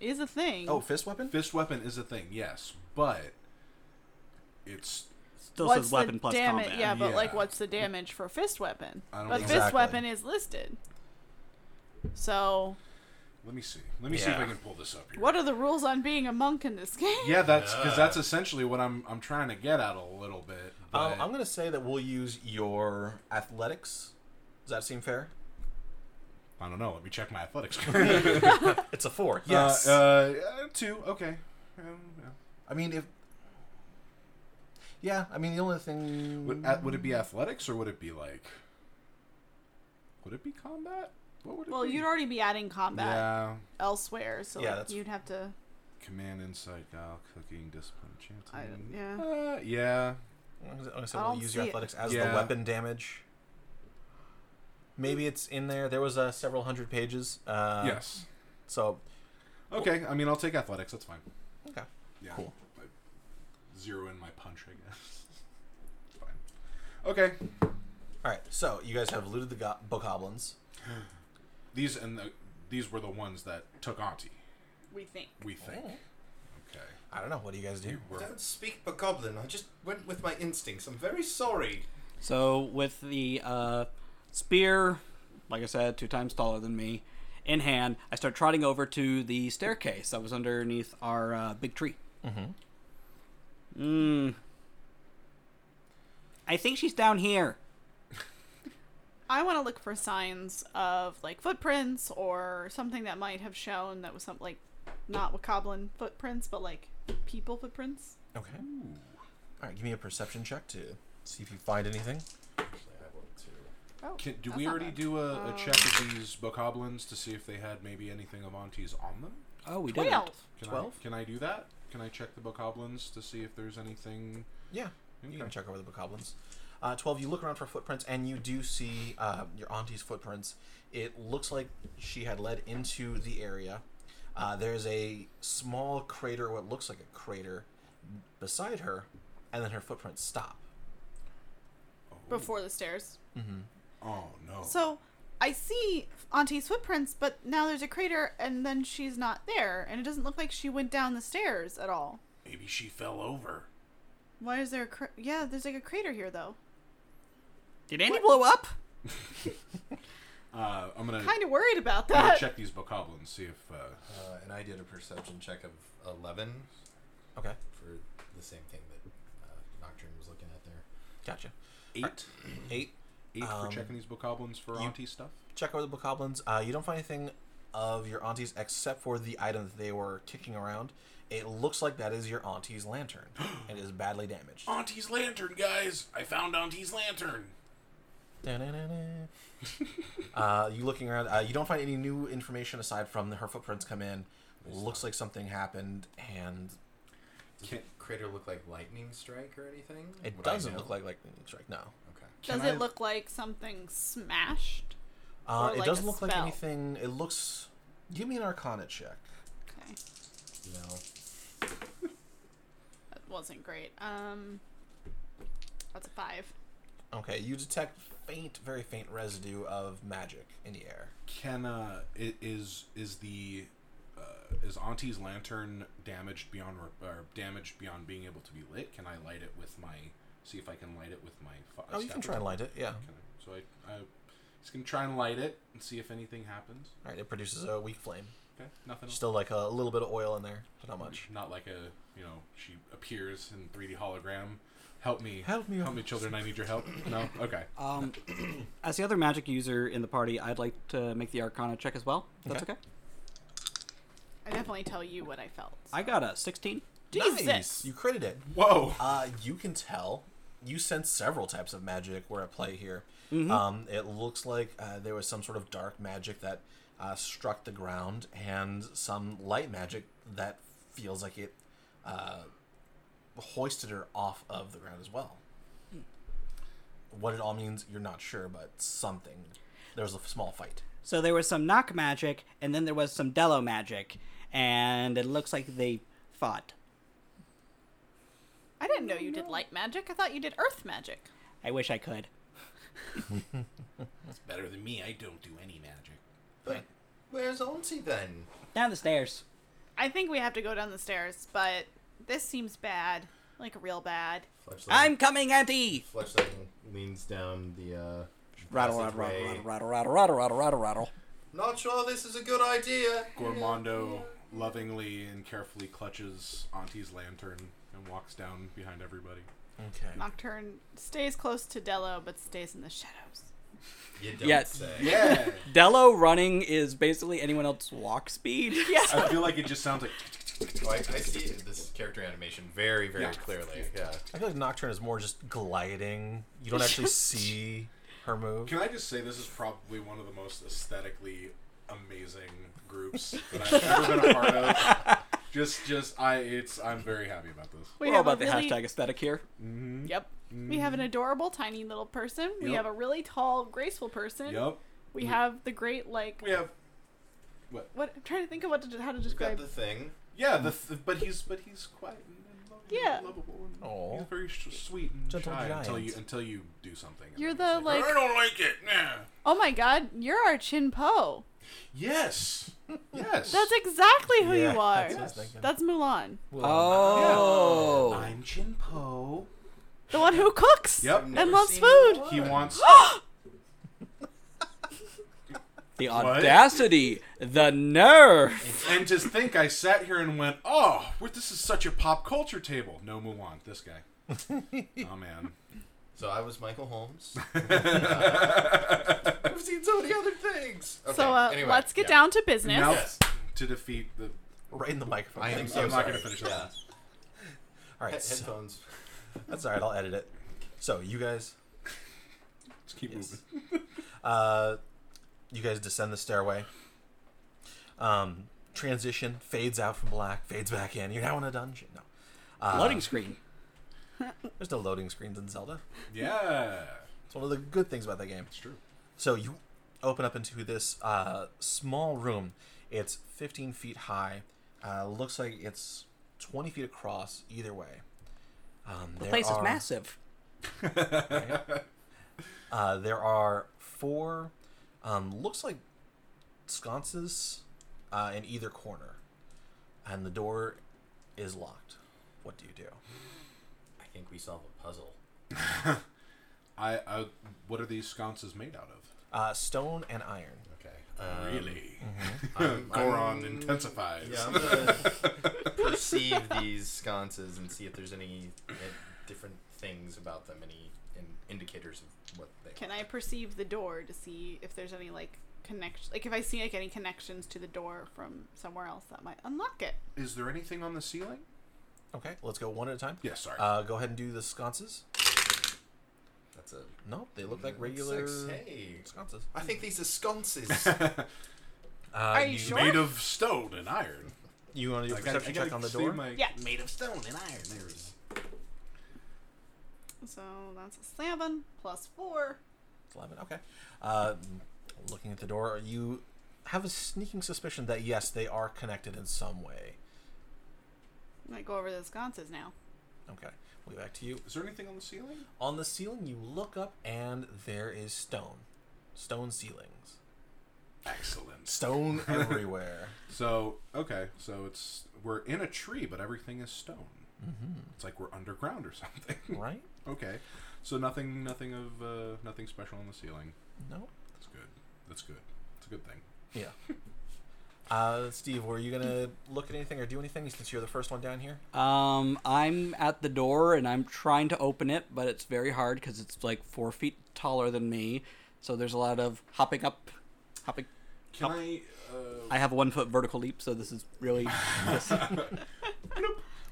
[SPEAKER 5] is a thing.
[SPEAKER 1] Mm-hmm. oh fist weapon,
[SPEAKER 4] Fist weapon is a thing, yes, but it's
[SPEAKER 3] Still says weapon plus
[SPEAKER 5] damage?
[SPEAKER 3] combat.
[SPEAKER 5] Yeah, but like,
[SPEAKER 4] Yeah.
[SPEAKER 5] what's the damage for fist weapon?
[SPEAKER 4] I don't
[SPEAKER 5] but
[SPEAKER 4] know.
[SPEAKER 5] fist
[SPEAKER 1] Exactly.
[SPEAKER 5] weapon is listed. So,
[SPEAKER 4] let me see. Let me see if I
[SPEAKER 1] Yeah.
[SPEAKER 4] can pull this up here.
[SPEAKER 5] what are the rules on being a monk in this game?
[SPEAKER 4] yeah, that's because that's essentially what I'm I'm trying to get at a little bit.
[SPEAKER 1] um,
[SPEAKER 4] but-
[SPEAKER 1] I'm gonna say that we'll use your athletics. Does that seem fair?
[SPEAKER 4] I don't know. Let me check my athletics.
[SPEAKER 1] It's a four. Yes.
[SPEAKER 4] Uh, uh, uh, two. Okay. Um, yeah.
[SPEAKER 1] I mean, if yeah, I mean the only thing
[SPEAKER 4] Would, at, would it be athletics or would it be like? Would it be combat? What would it
[SPEAKER 5] Well,
[SPEAKER 4] be?
[SPEAKER 5] you'd already be adding combat
[SPEAKER 4] Yeah.
[SPEAKER 5] elsewhere, so
[SPEAKER 1] Yeah,
[SPEAKER 5] like,
[SPEAKER 1] that's-
[SPEAKER 5] you'd have to.
[SPEAKER 4] Command, insight, guile, cooking, discipline,
[SPEAKER 5] I
[SPEAKER 4] chanting.
[SPEAKER 5] don't- yeah.
[SPEAKER 4] Uh, yeah.
[SPEAKER 1] I'm gonna- I'm gonna say
[SPEAKER 5] I
[SPEAKER 1] we'll
[SPEAKER 5] don't
[SPEAKER 1] use your
[SPEAKER 5] see it.
[SPEAKER 1] athletics as
[SPEAKER 4] Yeah.
[SPEAKER 1] the weapon damage. Maybe it's in there. There was uh, several hundred pages. Uh,
[SPEAKER 4] yes.
[SPEAKER 1] So
[SPEAKER 4] Okay. I mean, I'll take athletics. That's fine.
[SPEAKER 1] okay.
[SPEAKER 4] Yeah.
[SPEAKER 1] Cool.
[SPEAKER 4] I zero in my punch, I guess. fine. Okay.
[SPEAKER 1] All right, so you guys have looted the go- book goblins.
[SPEAKER 4] These and the, these were the ones that took Auntie.
[SPEAKER 5] We think.
[SPEAKER 4] We think.
[SPEAKER 1] Oh.
[SPEAKER 4] Okay.
[SPEAKER 1] I don't know. What do you guys do?
[SPEAKER 4] You were.
[SPEAKER 2] Don't speak Bokoblin. I just went with my instincts. I'm very sorry.
[SPEAKER 3] So with the uh, spear, like I said, two times taller than me, in hand, I start trotting over to the staircase that was underneath our uh, big tree. Mm-hmm. Mm. I think she's down here.
[SPEAKER 5] I want to look for signs of like footprints or something that might have shown that was some like not Wakoblin footprints, but like people footprints.
[SPEAKER 1] Okay. All right, give me a perception check to see if you find anything.
[SPEAKER 2] Actually, I will too.
[SPEAKER 5] Oh,
[SPEAKER 4] Can, do
[SPEAKER 5] that's
[SPEAKER 4] we
[SPEAKER 5] not
[SPEAKER 4] already
[SPEAKER 5] bad. Um.
[SPEAKER 4] do a, a check of these bokoblins to see if they had maybe anything of Auntie's on them?
[SPEAKER 3] Oh, we did.
[SPEAKER 5] Twelve.
[SPEAKER 4] Can I,
[SPEAKER 1] Twelve?
[SPEAKER 4] can I do that? Can I check the bokoblins to see if there's anything?
[SPEAKER 1] Yeah, you can
[SPEAKER 4] Okay.
[SPEAKER 1] check over the bokoblins. Uh, Twelve. You look around for footprints, and you do see uh, your auntie's footprints. It looks like she had led into the area. Uh, there's a small crater, what looks like a crater, beside her, and then her footprints stop.
[SPEAKER 5] Before the stairs.
[SPEAKER 4] Oh no.
[SPEAKER 5] So I see Auntie's footprints, but now there's a crater, and then she's not there, and it doesn't look like she went down the stairs at all.
[SPEAKER 4] maybe she fell over.
[SPEAKER 5] Why is there a cra- yeah? There's like a crater here though.
[SPEAKER 3] Did Andy blow up?
[SPEAKER 4] Uh, I'm gonna,
[SPEAKER 5] Kind of worried about
[SPEAKER 4] I'm gonna
[SPEAKER 5] that.
[SPEAKER 4] check these bokoblins see if. Uh,
[SPEAKER 2] Uh, and I did a perception check of 11
[SPEAKER 1] Okay,
[SPEAKER 2] for the same thing that uh, Nocturne was looking at there.
[SPEAKER 1] gotcha.
[SPEAKER 4] eight,
[SPEAKER 1] Eight.
[SPEAKER 4] eight
[SPEAKER 1] Um,
[SPEAKER 4] for checking these bokoblins for Auntie stuff.
[SPEAKER 1] Check over the bokoblins. Uh, you don't find anything of your auntie's except for the item that they were kicking around. It looks like that is your auntie's lantern. it is badly damaged.
[SPEAKER 4] Auntie's lantern, guys! I found Auntie's lantern.
[SPEAKER 1] Da-na-na-na. uh, you looking around? Uh, you don't find any new information aside from her footprints come in. Looks like something happened, and
[SPEAKER 2] Does the crater look like lightning strike or anything?
[SPEAKER 1] it
[SPEAKER 2] Would I
[SPEAKER 1] doesn't
[SPEAKER 2] know?
[SPEAKER 1] look like lightning strike. No,
[SPEAKER 2] Okay.
[SPEAKER 5] Does
[SPEAKER 1] Can
[SPEAKER 5] it
[SPEAKER 1] I-
[SPEAKER 5] look like something smashed?
[SPEAKER 1] uh,
[SPEAKER 5] Or
[SPEAKER 1] it
[SPEAKER 5] like
[SPEAKER 1] doesn't
[SPEAKER 5] a
[SPEAKER 1] look like
[SPEAKER 5] spell.
[SPEAKER 1] anything. It looks. Give me an Arcana check.
[SPEAKER 5] Okay,
[SPEAKER 2] No.
[SPEAKER 5] that wasn't great. Um, that's a five.
[SPEAKER 1] Okay, you detect faint, very faint residue of magic in the air.
[SPEAKER 4] Can uh, i- is is the uh, is Auntie's lantern damaged beyond re- or damaged beyond being able to be lit? Can I light it with my? See if I can light it with my. Fi-
[SPEAKER 1] Oh, you can try and light it. Yeah.
[SPEAKER 4] Can I, so I, I just gonna try and light it and see if anything happens.
[SPEAKER 1] All right, it produces a weak flame.
[SPEAKER 4] Okay, nothing. else.
[SPEAKER 1] Still like a little bit of oil in there, but not much.
[SPEAKER 4] Not like a you know she appears in 3D hologram. Help me!
[SPEAKER 1] Help me. oh. Uh,
[SPEAKER 4] Help me, children! I need your help. No, okay.
[SPEAKER 3] Um, as the other magic user in the party, I'd like to make the Arcana check as well. if That's
[SPEAKER 1] Okay.
[SPEAKER 3] okay.
[SPEAKER 5] I definitely tell you what I felt.
[SPEAKER 3] I got a 16.
[SPEAKER 5] Jesus!
[SPEAKER 1] Nice, you critted it.
[SPEAKER 4] Whoa!
[SPEAKER 1] Uh, you can tell. You sense several types of magic were at play here. Um, it looks like uh, there was some sort of dark magic that uh, struck the ground, and some light magic that feels like it uh, hoisted her off of the ground as well. What it all means, you're not sure, but something. There was a small fight.
[SPEAKER 3] So there was some knock magic, and then there was some Delo magic, and it looks like they fought.
[SPEAKER 5] I didn't know you did light magic. I thought you did earth magic.
[SPEAKER 3] I wish I could.
[SPEAKER 4] It's better than me. I don't do any magic.
[SPEAKER 2] But where's Auntie then?
[SPEAKER 3] Down the stairs.
[SPEAKER 5] I think we have to go down the stairs, but this seems bad, like real bad.
[SPEAKER 2] Fletchling.
[SPEAKER 3] I'm coming, Auntie!
[SPEAKER 2] Fletchling leans down the. Uh,
[SPEAKER 3] Rattle, rattle,
[SPEAKER 2] passageway.
[SPEAKER 3] rattle, rattle, rattle, rattle, rattle, rattle, rattle, rattle.
[SPEAKER 2] Not sure this is a good idea.
[SPEAKER 4] Gormondo lovingly and carefully clutches Auntie's lantern and walks down behind everybody.
[SPEAKER 1] Okay.
[SPEAKER 5] Nocturne stays close to Dello, but stays in the shadows.
[SPEAKER 2] You don't
[SPEAKER 3] Yes.
[SPEAKER 2] say.
[SPEAKER 4] Yeah.
[SPEAKER 3] Dello running is basically anyone else's walk speed.
[SPEAKER 5] Yeah.
[SPEAKER 4] I feel like it just sounds like
[SPEAKER 2] Oh, I, I see this character animation very, very clearly. Yeah.
[SPEAKER 1] I feel like Nocturne is more just gliding. You don't actually see her move.
[SPEAKER 4] Can I just say this is probably one of the most aesthetically amazing groups that I've ever been a part of. Just, just I, it's I'm very happy about this.
[SPEAKER 5] We
[SPEAKER 3] We're all
[SPEAKER 5] have
[SPEAKER 3] about the
[SPEAKER 5] a really- Mm-hmm.
[SPEAKER 3] hashtag aesthetic here.
[SPEAKER 5] Yep. We have an adorable, tiny little person. We
[SPEAKER 4] Yep.
[SPEAKER 5] have a really tall, graceful person.
[SPEAKER 4] Yep.
[SPEAKER 5] We have the great, like,
[SPEAKER 4] We have
[SPEAKER 5] what? I'm trying to think of what to, how to
[SPEAKER 2] We've got
[SPEAKER 5] describe.
[SPEAKER 2] the thing.
[SPEAKER 4] yeah, the th- but he's but he's quiet and, and loving
[SPEAKER 5] Yeah.
[SPEAKER 4] and lovable and
[SPEAKER 1] Aw.
[SPEAKER 4] he's very sh- sweet and
[SPEAKER 1] Gentle
[SPEAKER 4] shy until
[SPEAKER 1] giant.
[SPEAKER 4] you until you do something. and
[SPEAKER 5] You're
[SPEAKER 4] then
[SPEAKER 5] the,
[SPEAKER 4] it's
[SPEAKER 5] like-
[SPEAKER 4] I don't like it. Nah.
[SPEAKER 5] Oh my god, you're our Chin Po.
[SPEAKER 4] Yes. Yes.
[SPEAKER 5] That's exactly who
[SPEAKER 1] Yeah,
[SPEAKER 5] you are.
[SPEAKER 1] that's what I was
[SPEAKER 5] That's,
[SPEAKER 1] thinking.
[SPEAKER 5] Mulan.
[SPEAKER 3] Oh.
[SPEAKER 4] I'm Jin Po.
[SPEAKER 5] The one who cooks
[SPEAKER 4] Yep.
[SPEAKER 2] I've
[SPEAKER 5] and
[SPEAKER 2] never
[SPEAKER 5] loves
[SPEAKER 2] seen
[SPEAKER 5] food.
[SPEAKER 2] one.
[SPEAKER 4] He wants
[SPEAKER 3] The audacity, the nerve.
[SPEAKER 4] and just think I sat here and went, "Oh, what- this is such a pop culture table." No Mulan, this guy. oh man.
[SPEAKER 2] So I was Michael Holmes. I've seen so many other things. Okay,
[SPEAKER 5] So uh,
[SPEAKER 2] anyway,
[SPEAKER 5] let's get
[SPEAKER 2] yeah.
[SPEAKER 5] down to business.
[SPEAKER 4] Now
[SPEAKER 2] Yes.
[SPEAKER 4] to defeat the
[SPEAKER 1] Right in the microphone.
[SPEAKER 2] I am
[SPEAKER 1] Thank
[SPEAKER 2] so
[SPEAKER 1] you.
[SPEAKER 4] I'm not
[SPEAKER 2] sorry.
[SPEAKER 4] gonna finish that
[SPEAKER 2] Yeah.
[SPEAKER 1] All right,
[SPEAKER 2] Head-
[SPEAKER 1] so-
[SPEAKER 2] headphones.
[SPEAKER 1] That's all right. I'll edit it. So you guys,
[SPEAKER 4] Let's keep moving.
[SPEAKER 1] Uh, you guys descend the stairway. Um, transition fades out from black, fades back in. You're now in a dungeon. No, Uh,
[SPEAKER 3] Loading screen.
[SPEAKER 1] there's no loading screens in Zelda.
[SPEAKER 4] Yeah,
[SPEAKER 1] It's one of the good things about that game.
[SPEAKER 4] it's true.
[SPEAKER 1] So you open up into this uh, small room. It's 15 feet high. Uh, looks like it's 20 feet across either way. Um,
[SPEAKER 3] The place is
[SPEAKER 1] are-
[SPEAKER 3] massive.
[SPEAKER 1] Uh, there are four, um, looks like sconces uh, in either corner, and the door is locked. What do you do?
[SPEAKER 2] I think we solve a puzzle.
[SPEAKER 4] I, I what are these sconces made out of?
[SPEAKER 1] Uh, stone and iron.
[SPEAKER 4] Okay,
[SPEAKER 2] Um, mm-hmm.
[SPEAKER 4] really.
[SPEAKER 2] I'm-
[SPEAKER 4] Goron
[SPEAKER 2] I'm-
[SPEAKER 4] intensifies.
[SPEAKER 2] Yeah, I'm gonna perceive these sconces and see if there's any uh, different things about them, any in- indicators of what they.
[SPEAKER 5] Can I perceive the door to see if there's any like connection? Like if I see like any connections to the door from somewhere else that might unlock it.
[SPEAKER 4] Is there anything on the ceiling?
[SPEAKER 1] Okay, let's go one at a time.
[SPEAKER 4] Yes, sorry.
[SPEAKER 1] Uh, go ahead and do the sconces.
[SPEAKER 2] That's a
[SPEAKER 1] Nope, they look like
[SPEAKER 2] Six.
[SPEAKER 1] regular
[SPEAKER 2] Hey,
[SPEAKER 1] sconces.
[SPEAKER 2] I think these are sconces.
[SPEAKER 1] Uh,
[SPEAKER 2] Are you
[SPEAKER 1] you
[SPEAKER 2] sure?
[SPEAKER 4] made of stone and iron.
[SPEAKER 1] you want to do a
[SPEAKER 4] I gotta- I
[SPEAKER 1] perception
[SPEAKER 4] gotta
[SPEAKER 1] check on the
[SPEAKER 4] see
[SPEAKER 1] door?
[SPEAKER 4] my-
[SPEAKER 5] Yeah.
[SPEAKER 4] Made of stone and iron. There we go.
[SPEAKER 5] So that's a seven plus four.
[SPEAKER 1] It's 11. Okay. Uh, looking at the door, you have a sneaking suspicion that yes, they are connected in some way.
[SPEAKER 5] I'm gonna go over the sconces now.
[SPEAKER 1] Okay, we'll get back to you.
[SPEAKER 4] Is there anything on the ceiling?
[SPEAKER 1] On the ceiling, you look up and there is stone. Stone ceilings.
[SPEAKER 4] Excellent.
[SPEAKER 1] Stone everywhere.
[SPEAKER 4] So okay, so it's we're in a tree, but everything is stone.
[SPEAKER 1] Mm-hmm.
[SPEAKER 4] It's like we're underground or something.
[SPEAKER 1] Right?
[SPEAKER 4] okay, so nothing, nothing of uh, nothing special on the ceiling.
[SPEAKER 1] No?
[SPEAKER 4] That's good. That's good. It's a good thing.
[SPEAKER 1] Yeah. Uh, Steve, were you gonna look at anything or do anything since you're the first one down here?
[SPEAKER 3] Um, I'm at the door and I'm trying to open it, but it's very hard because it's like four feet taller than me. So there's a lot of hopping up, hopping.
[SPEAKER 4] Can I? Uh,
[SPEAKER 3] I have one foot vertical leap, so this is really this,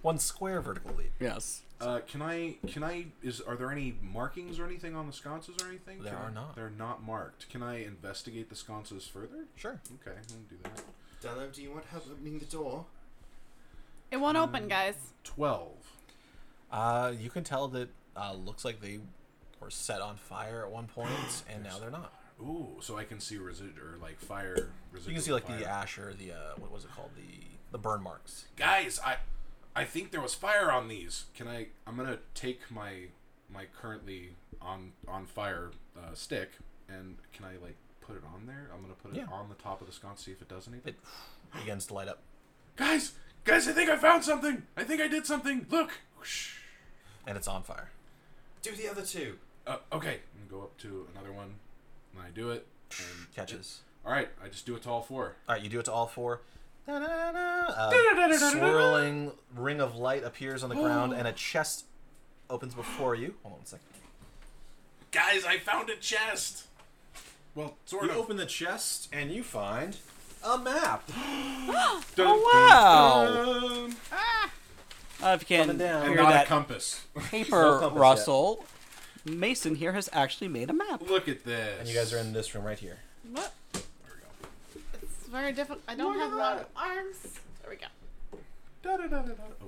[SPEAKER 1] One square vertical leap.
[SPEAKER 3] yes.
[SPEAKER 4] uh, can I? Can I? Is are there any markings or anything on the sconces or anything?
[SPEAKER 1] There
[SPEAKER 4] Can I-
[SPEAKER 1] are not.
[SPEAKER 4] They're not marked. Can I investigate the sconces further?
[SPEAKER 1] Sure.
[SPEAKER 4] Okay, I'm gonna do that.
[SPEAKER 2] Dello, do you want help opening the door?
[SPEAKER 5] It won't
[SPEAKER 2] Mm.
[SPEAKER 5] open, guys.
[SPEAKER 4] Twelve.
[SPEAKER 1] Uh, you can tell that uh, looks like they were set on fire at one point, and now they're not.
[SPEAKER 4] Ooh, so I can see resid or like fire residual.
[SPEAKER 1] You can see like
[SPEAKER 4] fire.
[SPEAKER 1] the ash or the uh, what was it called? The the burn marks.
[SPEAKER 4] guys i i think there was fire on these can i i'm gonna take my my currently on on fire uh, stick and can i like put it on there i'm gonna put it
[SPEAKER 1] Yeah.
[SPEAKER 4] on the top of the sconce see if it does anything
[SPEAKER 1] It begins to light up,
[SPEAKER 4] guys guys i think i found something i think i did something look Whoosh.
[SPEAKER 1] and it's on fire.
[SPEAKER 2] Do the other two.
[SPEAKER 4] uh, okay and go up to another one and i do it and
[SPEAKER 1] Catches.
[SPEAKER 4] all right i just do it to all four
[SPEAKER 1] All right, you do it to all four. Da-da-da-da. Uh, swirling ring of light appears on the ground, and a chest opens before you. Hold on a second.
[SPEAKER 4] guys i found a chest well sort
[SPEAKER 1] You
[SPEAKER 4] of
[SPEAKER 1] open the chest, and you find a map.
[SPEAKER 4] Dun,
[SPEAKER 1] Oh,
[SPEAKER 3] Wow!
[SPEAKER 4] dun, dun.
[SPEAKER 3] Uh, if you can
[SPEAKER 1] Coming down.
[SPEAKER 4] and
[SPEAKER 3] hear
[SPEAKER 4] not
[SPEAKER 3] that
[SPEAKER 4] a compass
[SPEAKER 3] paper
[SPEAKER 1] compass yet.
[SPEAKER 3] rustle, Mason here has actually made a map.
[SPEAKER 4] look at this
[SPEAKER 1] And you guys are in this room right here.
[SPEAKER 5] What?
[SPEAKER 4] There we go.
[SPEAKER 5] It's very difficult. I don't have a lot of arms. There we go.
[SPEAKER 4] Da, da, da, da, da. Oh.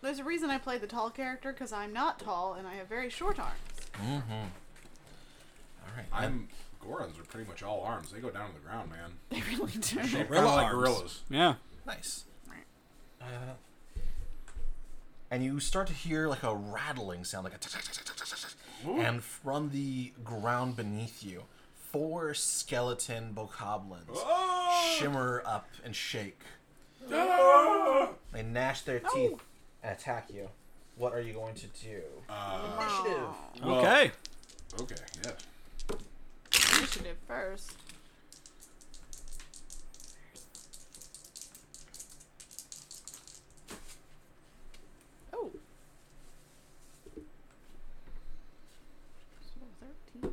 [SPEAKER 5] There's a reason I played the tall character because I'm not tall and I have very short arms.
[SPEAKER 1] All right.
[SPEAKER 4] I'm Gorons are pretty much all arms. They go down to the ground, man.
[SPEAKER 5] They really do.
[SPEAKER 4] They're kinda like
[SPEAKER 3] arms.
[SPEAKER 4] gorillas.
[SPEAKER 3] Yeah.
[SPEAKER 1] Nice. Uh, and you start to hear like a rattling sound, like a. tuck, tuck, tuck, tuck, tuck, tuck, tuck. And from the ground beneath you, four skeleton bokoblins shimmer up and shake. They gnash their teeth and attack you. What are you going to do? Initiative.
[SPEAKER 4] Well,
[SPEAKER 3] okay.
[SPEAKER 4] Okay. Yeah.
[SPEAKER 5] Initiative first. Oh. So,
[SPEAKER 2] You
[SPEAKER 5] 13.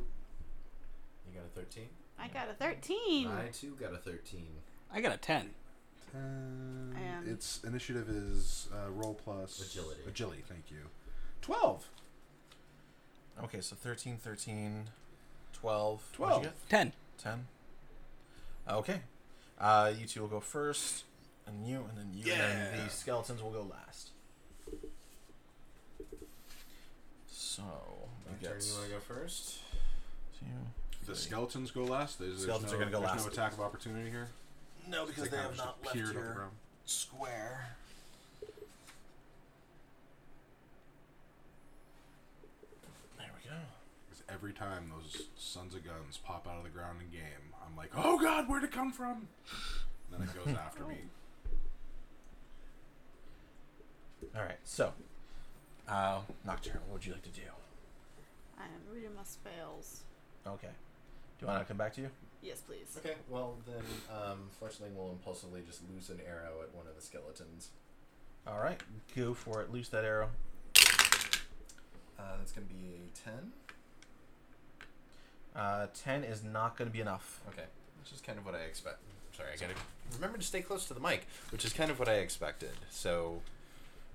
[SPEAKER 2] got a thirteen.
[SPEAKER 5] I got a 13.
[SPEAKER 2] I too got a thirteen.
[SPEAKER 3] I got a ten.
[SPEAKER 5] And-
[SPEAKER 4] Um, its initiative is uh, roll plus
[SPEAKER 2] Agility.
[SPEAKER 4] Agility. Thank you. Twelve.
[SPEAKER 1] Okay, so 13, 13. 12.
[SPEAKER 4] Twelve.
[SPEAKER 1] What'd you get?
[SPEAKER 3] Ten.
[SPEAKER 1] 10. Okay. Uh, you two will go first, and you, and then you, and then
[SPEAKER 4] Yeah.
[SPEAKER 1] the skeletons will go last. So,
[SPEAKER 2] My
[SPEAKER 1] we
[SPEAKER 2] turn,
[SPEAKER 1] get
[SPEAKER 2] you want to go first?
[SPEAKER 1] two.
[SPEAKER 4] The skeletons go last. There's, there's
[SPEAKER 1] Skeletons
[SPEAKER 4] no,
[SPEAKER 1] are gonna go
[SPEAKER 4] there's
[SPEAKER 1] last.
[SPEAKER 4] no attack of opportunity here.
[SPEAKER 1] No, because they
[SPEAKER 4] kinda
[SPEAKER 1] have
[SPEAKER 4] just
[SPEAKER 1] not left
[SPEAKER 4] appeared on the
[SPEAKER 1] your
[SPEAKER 4] ground.
[SPEAKER 1] square. There we go.
[SPEAKER 4] 'Cause every time those sons of guns pop out of the ground in game, I'm like, oh god, where'd it come from? And then it goes after
[SPEAKER 1] Oh.
[SPEAKER 4] me.
[SPEAKER 1] All right, so uh, Nocturne, what would you like to do?
[SPEAKER 5] I'm reading my spells.
[SPEAKER 1] Okay. Do you want to come back to you?
[SPEAKER 5] Yes, please.
[SPEAKER 2] Okay, well then, um, Fletchling will impulsively just lose an arrow at one of the skeletons.
[SPEAKER 1] All right, go for it. Loose that arrow.
[SPEAKER 2] Uh, that's gonna be a ten.
[SPEAKER 1] Uh, Ten is not going to be enough.
[SPEAKER 2] Okay, which is kind of what I expect. Sorry, I gotta remember to stay close to the mic, which is kind of what I expected. So,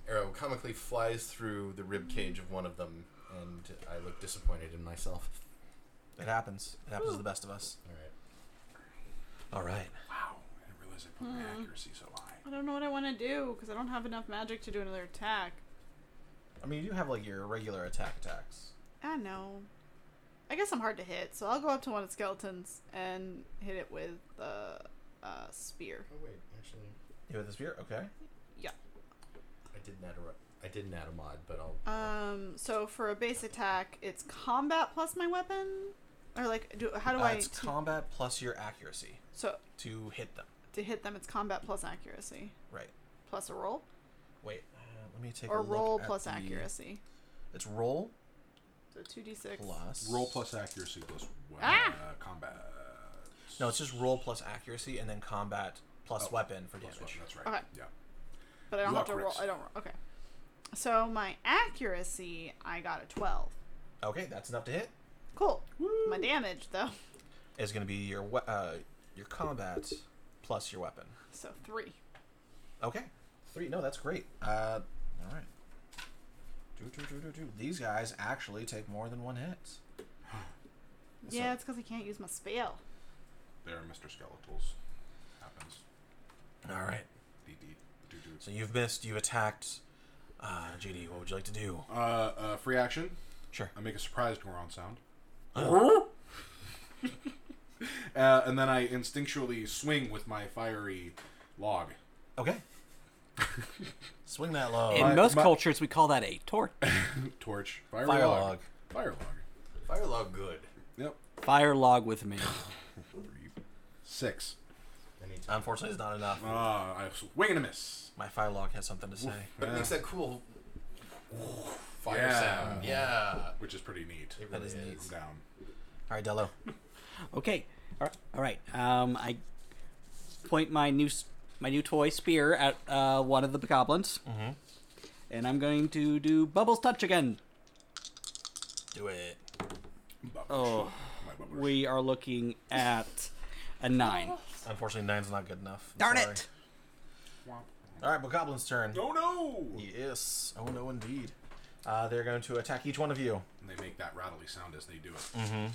[SPEAKER 2] arrow comically flies through the rib cage of one of them, and I look disappointed in myself.
[SPEAKER 1] It happens. It happens to the best of us.
[SPEAKER 2] All right.
[SPEAKER 1] All right.
[SPEAKER 4] Wow, I didn't realize I
[SPEAKER 5] Hmm.
[SPEAKER 4] put my accuracy so high.
[SPEAKER 5] I don't know what I want to do because I don't have enough magic to do another attack.
[SPEAKER 1] I mean, you do have like your regular attack attacks.
[SPEAKER 5] I know. I guess I'm hard to hit, so I'll go up to one of the skeletons and hit it with the uh, spear.
[SPEAKER 2] Oh wait, actually,
[SPEAKER 1] You with the spear, okay?
[SPEAKER 2] I didn't add a. ro- I didn't add a mod, but I'll.
[SPEAKER 5] Um, so for a base attack, it's combat plus my weapon, or like, do how do
[SPEAKER 1] uh,
[SPEAKER 5] I?
[SPEAKER 1] It's
[SPEAKER 5] to-
[SPEAKER 1] combat plus your accuracy
[SPEAKER 5] so
[SPEAKER 1] to hit them.
[SPEAKER 5] to hit them, it's combat plus accuracy,
[SPEAKER 1] Right.
[SPEAKER 5] plus a roll,
[SPEAKER 1] Wait. Uh, let me take a
[SPEAKER 5] or
[SPEAKER 1] look
[SPEAKER 5] roll
[SPEAKER 1] at
[SPEAKER 5] plus
[SPEAKER 1] the-
[SPEAKER 5] accuracy.
[SPEAKER 1] It's roll
[SPEAKER 5] So two d six.
[SPEAKER 1] plus.
[SPEAKER 4] Roll plus accuracy plus one,
[SPEAKER 5] Ah!
[SPEAKER 4] uh, combat.
[SPEAKER 1] No, it's just roll plus accuracy and then combat plus
[SPEAKER 4] Oh,
[SPEAKER 1] weapon for
[SPEAKER 4] Plus
[SPEAKER 1] damage.
[SPEAKER 4] one, that's right.
[SPEAKER 5] Okay.
[SPEAKER 4] Yeah.
[SPEAKER 5] But I don't
[SPEAKER 4] You
[SPEAKER 5] have
[SPEAKER 4] are
[SPEAKER 5] to roll.
[SPEAKER 4] correct.
[SPEAKER 5] I don't. roll. Okay. So my accuracy, I got a twelve.
[SPEAKER 1] Okay, that's enough to hit.
[SPEAKER 5] Cool. My damage though,
[SPEAKER 1] Is going to be your we- uh, your combat plus your weapon.
[SPEAKER 5] so three.
[SPEAKER 1] Okay. Three. No, that's great. Uh, all right. Do, do, do, do, do. These guys actually take more than one hit.
[SPEAKER 5] Yeah, it's because I can't use my spell.
[SPEAKER 4] There are Mr. Skeletals. Happens.
[SPEAKER 1] All right.
[SPEAKER 4] Dee dee. Doo doo.
[SPEAKER 1] So you've missed. You've attacked. Uh, GD, what would you like to do?
[SPEAKER 4] Uh, uh, free action.
[SPEAKER 1] Sure.
[SPEAKER 4] I make a surprised Goron sound. uh, and then I instinctually swing with my fiery log.
[SPEAKER 1] Okay. Swing that low.
[SPEAKER 3] In
[SPEAKER 4] My-
[SPEAKER 3] most
[SPEAKER 4] my-
[SPEAKER 3] cultures, we call that a torch.
[SPEAKER 4] Torch. Fiery
[SPEAKER 1] Fire
[SPEAKER 4] log.
[SPEAKER 1] log.
[SPEAKER 4] Fire log.
[SPEAKER 2] Fire log good.
[SPEAKER 4] Yep.
[SPEAKER 3] Fire log with me.
[SPEAKER 4] Three. Six.
[SPEAKER 2] Anytime.
[SPEAKER 1] Unfortunately, it's not enough.
[SPEAKER 4] Ah, I swing and a miss. Uh,
[SPEAKER 1] My fire log has something to say.
[SPEAKER 2] But it makes that cool fire
[SPEAKER 4] Yeah.
[SPEAKER 2] sound. Yeah.
[SPEAKER 4] Which is pretty neat.
[SPEAKER 2] It
[SPEAKER 1] That
[SPEAKER 2] really
[SPEAKER 1] is neat.
[SPEAKER 4] I'm down.
[SPEAKER 1] All right, Dello.
[SPEAKER 3] Okay. All right. All right. Um, I point my new s- my new toy spear at uh, one of the goblins, mm-hmm. and I'm going to do bubbles touch again.
[SPEAKER 1] Do it.
[SPEAKER 3] Oh,
[SPEAKER 4] My bummer.
[SPEAKER 3] we are looking at a nine.
[SPEAKER 1] Unfortunately, nine's not good enough. I'm
[SPEAKER 3] Darn
[SPEAKER 1] sorry.
[SPEAKER 3] it!
[SPEAKER 1] All right, but Goblin's turn.
[SPEAKER 4] Oh no!
[SPEAKER 1] Yes. Oh no, indeed. Uh, they're going to attack each one of you.
[SPEAKER 4] And they make that rattly sound as they do it.
[SPEAKER 1] Mm,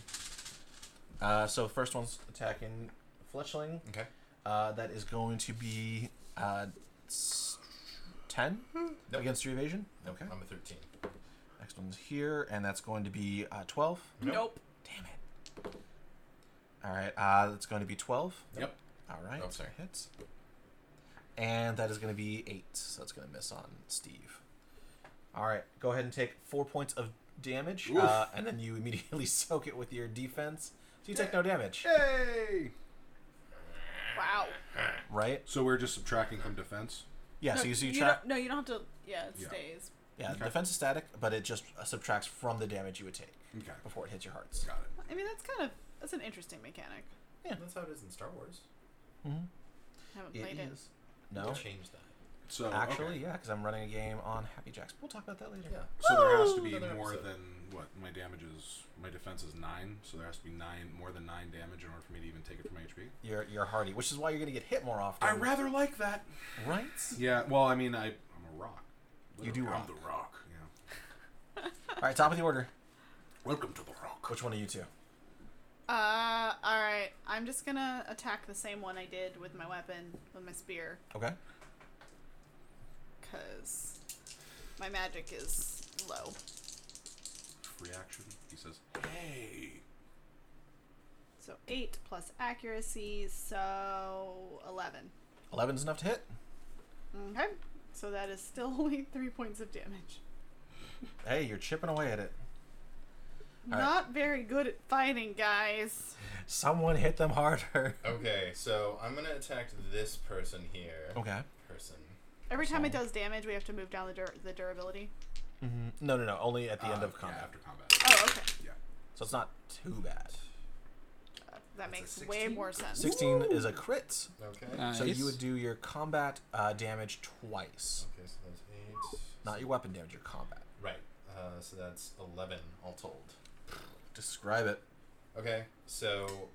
[SPEAKER 1] Uh, so first one's attacking Fletchling.
[SPEAKER 2] Okay.
[SPEAKER 1] Uh, that is going to be uh, s- ten against your evasion. Okay.
[SPEAKER 2] I'm a thirteen.
[SPEAKER 1] Next one's here, and that's going to be uh, twelve.
[SPEAKER 3] Nope.
[SPEAKER 1] Damn it. All right. Uh, that's going to be twelve.
[SPEAKER 4] Yep.
[SPEAKER 1] All right.
[SPEAKER 2] Oh, sorry.
[SPEAKER 1] Hits. And that is going to be eight. So that's going to miss on Steve. All right. Go ahead and take four points of damage,
[SPEAKER 4] Oof.
[SPEAKER 1] uh, and then you immediately soak it with your defense. So you take no damage,
[SPEAKER 4] Yay!
[SPEAKER 5] Wow.
[SPEAKER 1] right?
[SPEAKER 4] So we're just subtracting from defense.
[SPEAKER 1] Yeah.
[SPEAKER 5] no,
[SPEAKER 1] so you see,
[SPEAKER 5] you
[SPEAKER 1] tra-
[SPEAKER 5] don't- no, you don't have to. Yeah, it
[SPEAKER 4] Yeah.
[SPEAKER 5] stays.
[SPEAKER 1] yeah, defense is static, but it just uh, subtracts from the damage you would take
[SPEAKER 4] Okay.
[SPEAKER 1] before it hits your hearts.
[SPEAKER 4] Got it.
[SPEAKER 5] I mean, that's kind of that's an interesting mechanic.
[SPEAKER 2] That's how it is in Star Wars.
[SPEAKER 5] I haven't
[SPEAKER 1] It
[SPEAKER 5] played it.
[SPEAKER 1] is-
[SPEAKER 2] We'll
[SPEAKER 1] No.
[SPEAKER 2] change that.
[SPEAKER 4] So
[SPEAKER 1] Actually,
[SPEAKER 4] okay.
[SPEAKER 1] yeah, because I'm running a game on Happy Jacks. We'll talk about that later.
[SPEAKER 2] Yeah.
[SPEAKER 4] So there has to be
[SPEAKER 2] Another
[SPEAKER 4] more
[SPEAKER 2] episode.
[SPEAKER 4] than what my damage is. My defense is nine, so there has to be nine more than nine damage in order for me to even take it from HP.
[SPEAKER 1] You're you're hardy, which is why you're gonna get hit more often.
[SPEAKER 4] rather like that.
[SPEAKER 1] right?
[SPEAKER 4] Yeah. Well, I mean, I I'm a rock.
[SPEAKER 1] You do
[SPEAKER 4] Literally,
[SPEAKER 1] rock.
[SPEAKER 4] I'm the rock. Yeah.
[SPEAKER 1] All right, top of the order.
[SPEAKER 4] Welcome to the rock.
[SPEAKER 1] Which one are you two?
[SPEAKER 5] Uh, all right. I'm just gonna attack the same one I did with my weapon, with my spear,
[SPEAKER 1] Okay.
[SPEAKER 5] cause my magic is low.
[SPEAKER 4] Reaction. He says, "Hey,
[SPEAKER 5] So eight plus accuracy, so eleven.
[SPEAKER 1] 11's enough to hit.
[SPEAKER 5] Okay. So that is still only three points of damage.
[SPEAKER 1] Hey, you're chipping away at it. All right.
[SPEAKER 5] Not very good at fighting, guys.
[SPEAKER 1] Someone hit them harder.
[SPEAKER 2] Okay, so I'm gonna attack this person here.
[SPEAKER 1] Okay.
[SPEAKER 2] Person.
[SPEAKER 5] Every time it does damage, we have to move down the dur- the durability.
[SPEAKER 1] No, no, no. Only at the end
[SPEAKER 4] Uh,
[SPEAKER 1] of
[SPEAKER 4] yeah,
[SPEAKER 1] combat.
[SPEAKER 4] after combat.
[SPEAKER 5] Oh, okay.
[SPEAKER 1] So it's not too bad.
[SPEAKER 5] That
[SPEAKER 2] That's a
[SPEAKER 5] makes way
[SPEAKER 2] 16?
[SPEAKER 5] more sense.
[SPEAKER 1] 16 is a crit.
[SPEAKER 2] Okay.
[SPEAKER 1] So you would do your combat uh, damage twice.
[SPEAKER 2] Okay, so that's eight.
[SPEAKER 1] Not your weapon damage, your combat.
[SPEAKER 2] Right. Uh, so that's eleven all told.
[SPEAKER 1] Describe it.
[SPEAKER 2] Okay, so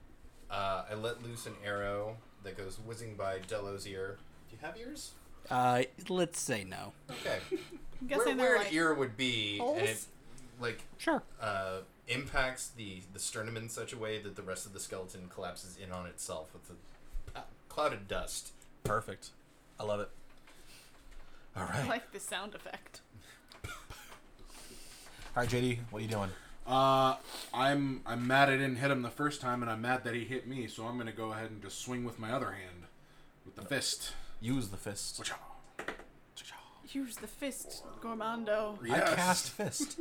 [SPEAKER 2] uh, I let loose an arrow that goes whizzing by Delo's ear. Do you have ears?
[SPEAKER 3] Uh, let's say no.
[SPEAKER 2] Okay.
[SPEAKER 5] I'm
[SPEAKER 2] where
[SPEAKER 5] guessing
[SPEAKER 2] where
[SPEAKER 5] they're
[SPEAKER 2] an
[SPEAKER 5] like
[SPEAKER 2] ear would be, and it
[SPEAKER 5] holes?
[SPEAKER 2] like
[SPEAKER 3] Sure.
[SPEAKER 2] uh, impacts the the sternum in such a way that the rest of the skeleton collapses in on itself with a cloud of dust.
[SPEAKER 1] Perfect. I love it. All right.
[SPEAKER 5] I like the sound effect.
[SPEAKER 1] All right, JD, what you doing?
[SPEAKER 4] Uh, I'm I'm mad I didn't hit him the first time, and I'm mad that he hit me. So I'm gonna go ahead and just swing with my other hand, with the fist.
[SPEAKER 1] Use the fist.
[SPEAKER 4] Cha.
[SPEAKER 5] Use the fist, Gormando.
[SPEAKER 1] I
[SPEAKER 4] Yes.
[SPEAKER 1] cast fist.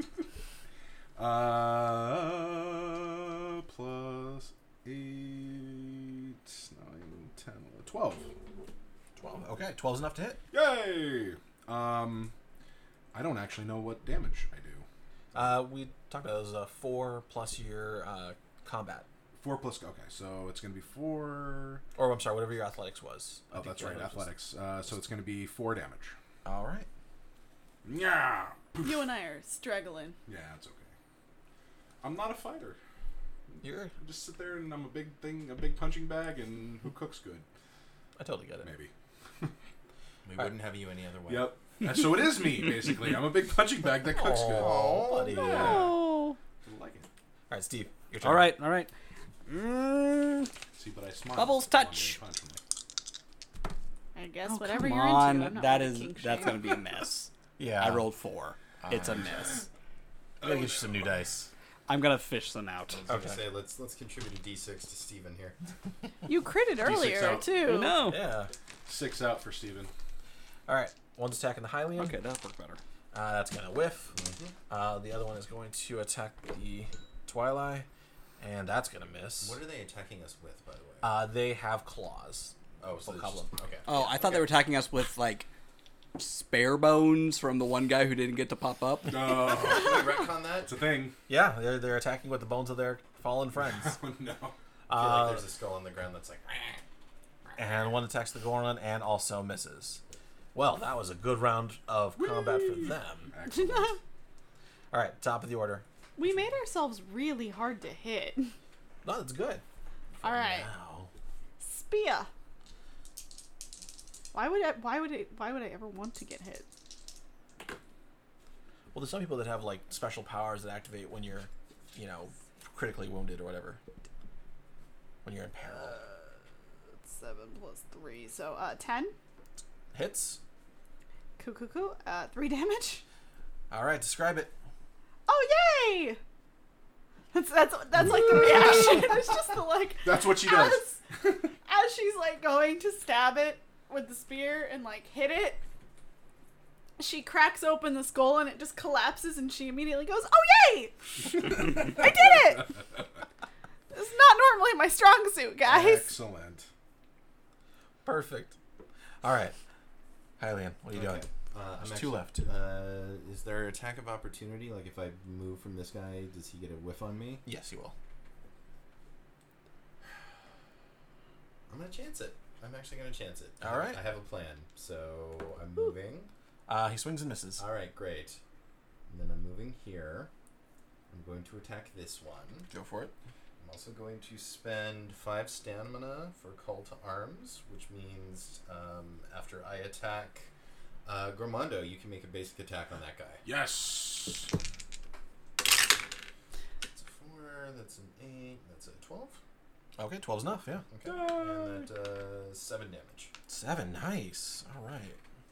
[SPEAKER 4] Uh, plus eight, nine, ten, eleven, twelve.
[SPEAKER 1] 12. Okay, 12's enough to hit.
[SPEAKER 4] Yay! Um, I don't actually know what damage I do.
[SPEAKER 1] Uh, we talked about those uh, four plus your uh, combat,
[SPEAKER 4] Four plus. Okay, so it's gonna be four.
[SPEAKER 1] or I'm sorry, whatever your athletics was. I
[SPEAKER 4] Oh,
[SPEAKER 1] think
[SPEAKER 4] that's
[SPEAKER 1] your
[SPEAKER 4] right,
[SPEAKER 1] was-
[SPEAKER 4] athletics. Uh, so it's gonna be four damage.
[SPEAKER 1] All right.
[SPEAKER 4] Yeah.
[SPEAKER 5] You and I are struggling.
[SPEAKER 4] Yeah, it's okay. I'm not a fighter.
[SPEAKER 1] You're.
[SPEAKER 4] I just sit there and I'm a big thing, a big punching bag, and who cooks good?
[SPEAKER 1] I totally get it.
[SPEAKER 4] Maybe.
[SPEAKER 2] We
[SPEAKER 1] Alright.
[SPEAKER 2] wouldn't have you any other way.
[SPEAKER 4] Yep. And so it is me, basically. I'm a big punching bag that cooks good.
[SPEAKER 1] Aw, buddy.
[SPEAKER 4] yeah.
[SPEAKER 5] Oh.
[SPEAKER 4] I like it.
[SPEAKER 1] All right, Steve, your turn.
[SPEAKER 3] All right, all right. Mm,
[SPEAKER 4] See, but I smile.
[SPEAKER 3] Bubbles
[SPEAKER 4] Come on,
[SPEAKER 3] touch.
[SPEAKER 4] man, punch me.
[SPEAKER 5] I guess
[SPEAKER 3] oh,
[SPEAKER 5] whatever
[SPEAKER 3] come
[SPEAKER 5] you're
[SPEAKER 3] on.
[SPEAKER 5] into. I'm not
[SPEAKER 3] that
[SPEAKER 5] really
[SPEAKER 3] is
[SPEAKER 5] kink
[SPEAKER 3] that's
[SPEAKER 5] shaming.
[SPEAKER 3] gonna be a miss.
[SPEAKER 1] Yeah.
[SPEAKER 3] I rolled four. It's a miss.
[SPEAKER 1] I get you some new dice.
[SPEAKER 3] I'm gonna fish them out.
[SPEAKER 2] I was
[SPEAKER 1] Okay.
[SPEAKER 2] gonna say let's let's contribute a d6 to Steven here.
[SPEAKER 5] You critted earlier
[SPEAKER 3] oh.
[SPEAKER 4] out.
[SPEAKER 5] too.
[SPEAKER 3] No.
[SPEAKER 1] Yeah.
[SPEAKER 4] Six out for Steven.
[SPEAKER 1] All right. One's attacking the Hylian.
[SPEAKER 3] Okay, that worked better.
[SPEAKER 1] Uh, that's gonna whiff.
[SPEAKER 4] Mm-hmm.
[SPEAKER 1] Uh, the other one is going to attack the Twilight, and that's gonna miss.
[SPEAKER 2] What are they attacking us with, by the way?
[SPEAKER 1] Uh, they have claws.
[SPEAKER 2] oh, so
[SPEAKER 1] full
[SPEAKER 2] it's
[SPEAKER 1] goblin.
[SPEAKER 2] just- okay.
[SPEAKER 3] Oh, I thought they were attacking us with like spare bones from the one guy who didn't get to pop up.
[SPEAKER 4] No,
[SPEAKER 2] Can we retcon that?
[SPEAKER 4] it's a thing.
[SPEAKER 1] Yeah, they're they're attacking with the bones of their fallen friends.
[SPEAKER 4] Oh, no.
[SPEAKER 2] I feel
[SPEAKER 1] Uh,
[SPEAKER 2] like there's a skull on the ground that's like. "Ah."
[SPEAKER 1] and one attacks the Goron and also misses. Well, that was a good round of combat for them.
[SPEAKER 4] Excellent.
[SPEAKER 1] All right, top of the order.
[SPEAKER 5] we made ourselves really hard to hit.
[SPEAKER 1] No, that's good.
[SPEAKER 5] All right,
[SPEAKER 1] Wow.
[SPEAKER 5] spear. Why would I, why would it why would I ever want to get hit?
[SPEAKER 1] Well, there's some people that have like special powers that activate when you're, you know, critically wounded or whatever. When you're in peril.
[SPEAKER 5] Seven plus three, so uh, ten.
[SPEAKER 1] Hits.
[SPEAKER 5] Coo coo coo. Uh, three damage.
[SPEAKER 1] All right, describe it.
[SPEAKER 5] Oh yay! That's that's that's like the reaction. it's just the like
[SPEAKER 4] That's what she does.
[SPEAKER 5] as, as she's like going to stab it with the spear and like hit it, she cracks open the skull and it just collapses and she immediately goes, Oh yay! I did it! It's not normally my strong suit, guys.
[SPEAKER 4] Excellent.
[SPEAKER 1] Perfect. All right. Hylian, what are you doing?
[SPEAKER 2] Okay. Uh, I'm
[SPEAKER 1] There's two left.
[SPEAKER 2] Uh, is there attack of opportunity? Like if I move from this guy, does he get a whiff on me?
[SPEAKER 1] Yes, you will.
[SPEAKER 2] I'm gonna chance it. I'm actually gonna chance it.
[SPEAKER 1] All right.
[SPEAKER 2] I have a plan, so I'm moving.
[SPEAKER 1] Uh, he swings and misses.
[SPEAKER 2] All right, great. And then I'm moving here. I'm going to attack this one.
[SPEAKER 1] Go for it.
[SPEAKER 2] I'm also going to spend five stamina for call to arms, which means um, after I attack uh, Gormando, you can make a basic attack on that guy.
[SPEAKER 4] Yes.
[SPEAKER 2] It's a four. there. That's an eight. That's a twelve.
[SPEAKER 1] Okay, 12's enough, yeah.
[SPEAKER 2] Okay. And that uh, seven damage.
[SPEAKER 1] Seven, nice. All right.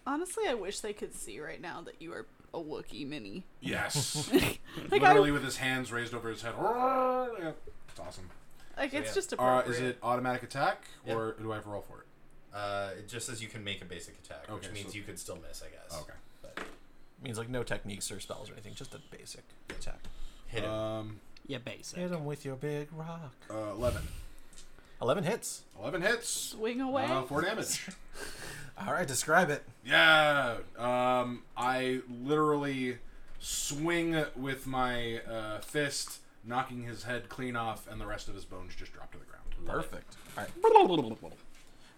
[SPEAKER 5] Honestly, I wish they could see right now that you are a Wookiee mini.
[SPEAKER 4] Yes.
[SPEAKER 5] Like,
[SPEAKER 4] Literally
[SPEAKER 5] I,
[SPEAKER 4] with his hands raised over his head. Yeah, It's awesome.
[SPEAKER 5] like
[SPEAKER 2] So,
[SPEAKER 5] it's
[SPEAKER 2] yeah.
[SPEAKER 5] just
[SPEAKER 4] Uh,
[SPEAKER 5] appropriate.
[SPEAKER 4] is it automatic attack
[SPEAKER 2] Yeah.
[SPEAKER 4] or do I have to roll for it?
[SPEAKER 2] Uh, it just says you can make a basic attack, which
[SPEAKER 4] Okay,
[SPEAKER 2] means
[SPEAKER 4] so-
[SPEAKER 2] you could still miss, I guess.
[SPEAKER 4] Okay.
[SPEAKER 2] But
[SPEAKER 1] Means like no techniques or spells or anything, just a basic attack.
[SPEAKER 2] hit him.
[SPEAKER 4] Um,
[SPEAKER 3] Yeah, basic.
[SPEAKER 1] Hit him with your big rock.
[SPEAKER 4] uh, 11.
[SPEAKER 1] 11 hits.
[SPEAKER 4] 11 hits.
[SPEAKER 5] swing away?
[SPEAKER 4] Uh, 4 damage.
[SPEAKER 1] All right, describe it.
[SPEAKER 4] Yeah. Um, I literally swing with my uh, fist, knocking his head clean off, and the rest of his bones just drop to the ground.
[SPEAKER 1] Perfect. All right.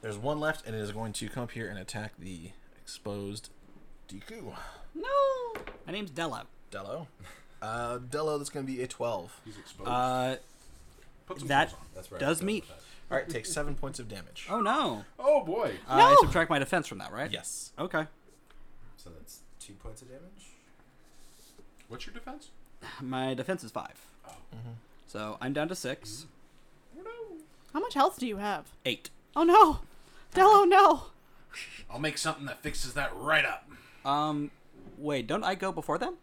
[SPEAKER 1] There's one left, and it is going to come up here and attack the exposed Deku.
[SPEAKER 3] No. My name's Dello.
[SPEAKER 1] Dello. Uh, Dello, that's going to be a 12.
[SPEAKER 4] He's exposed.
[SPEAKER 3] Uh, that
[SPEAKER 2] That's where I was
[SPEAKER 3] does
[SPEAKER 2] going
[SPEAKER 3] meet.
[SPEAKER 2] with that.
[SPEAKER 1] All right, takes seven points of damage.
[SPEAKER 3] Oh no.
[SPEAKER 4] Oh boy.
[SPEAKER 3] Uh, I
[SPEAKER 5] No!
[SPEAKER 3] subtract my defense from that, right?
[SPEAKER 1] Yes.
[SPEAKER 3] Okay.
[SPEAKER 2] So that's two points of damage.
[SPEAKER 4] What's your defense?
[SPEAKER 3] My defense is 5 So I'm down to six.
[SPEAKER 5] How much health do you have?
[SPEAKER 3] Eight.
[SPEAKER 5] Oh no, Dello, no.
[SPEAKER 4] I'll make something that fixes that right up.
[SPEAKER 3] Um, wait, don't I go before them?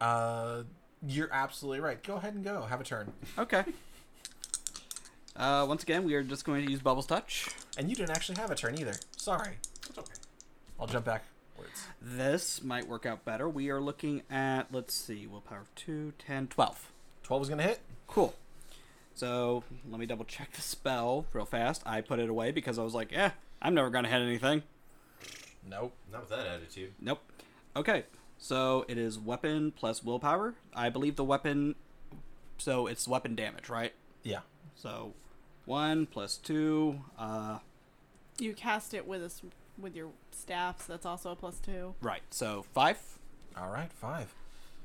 [SPEAKER 1] Uh, you're absolutely right. Go ahead and go. Have a turn.
[SPEAKER 3] Okay. Uh, once again, we are just going to use Bubble's Touch.
[SPEAKER 1] And you didn't actually have a turn either. Sorry.
[SPEAKER 4] That's okay.
[SPEAKER 1] I'll jump backwards.
[SPEAKER 3] This might work out better. We are looking at, let's see, willpower 2, 10, 12.
[SPEAKER 1] 12 is going to hit.
[SPEAKER 3] Cool. So let me double check the spell real fast. I put it away because I was like, eh, I'm never going to hit anything.
[SPEAKER 1] Nope.
[SPEAKER 2] Not with that attitude.
[SPEAKER 3] Nope. Okay. So it is weapon plus willpower. I believe the weapon. So it's weapon damage, right?
[SPEAKER 1] Yeah.
[SPEAKER 3] So one plus two. Uh,
[SPEAKER 5] You cast it with us with your staff, so that's also a plus two.
[SPEAKER 3] right. So five.
[SPEAKER 1] All right, five.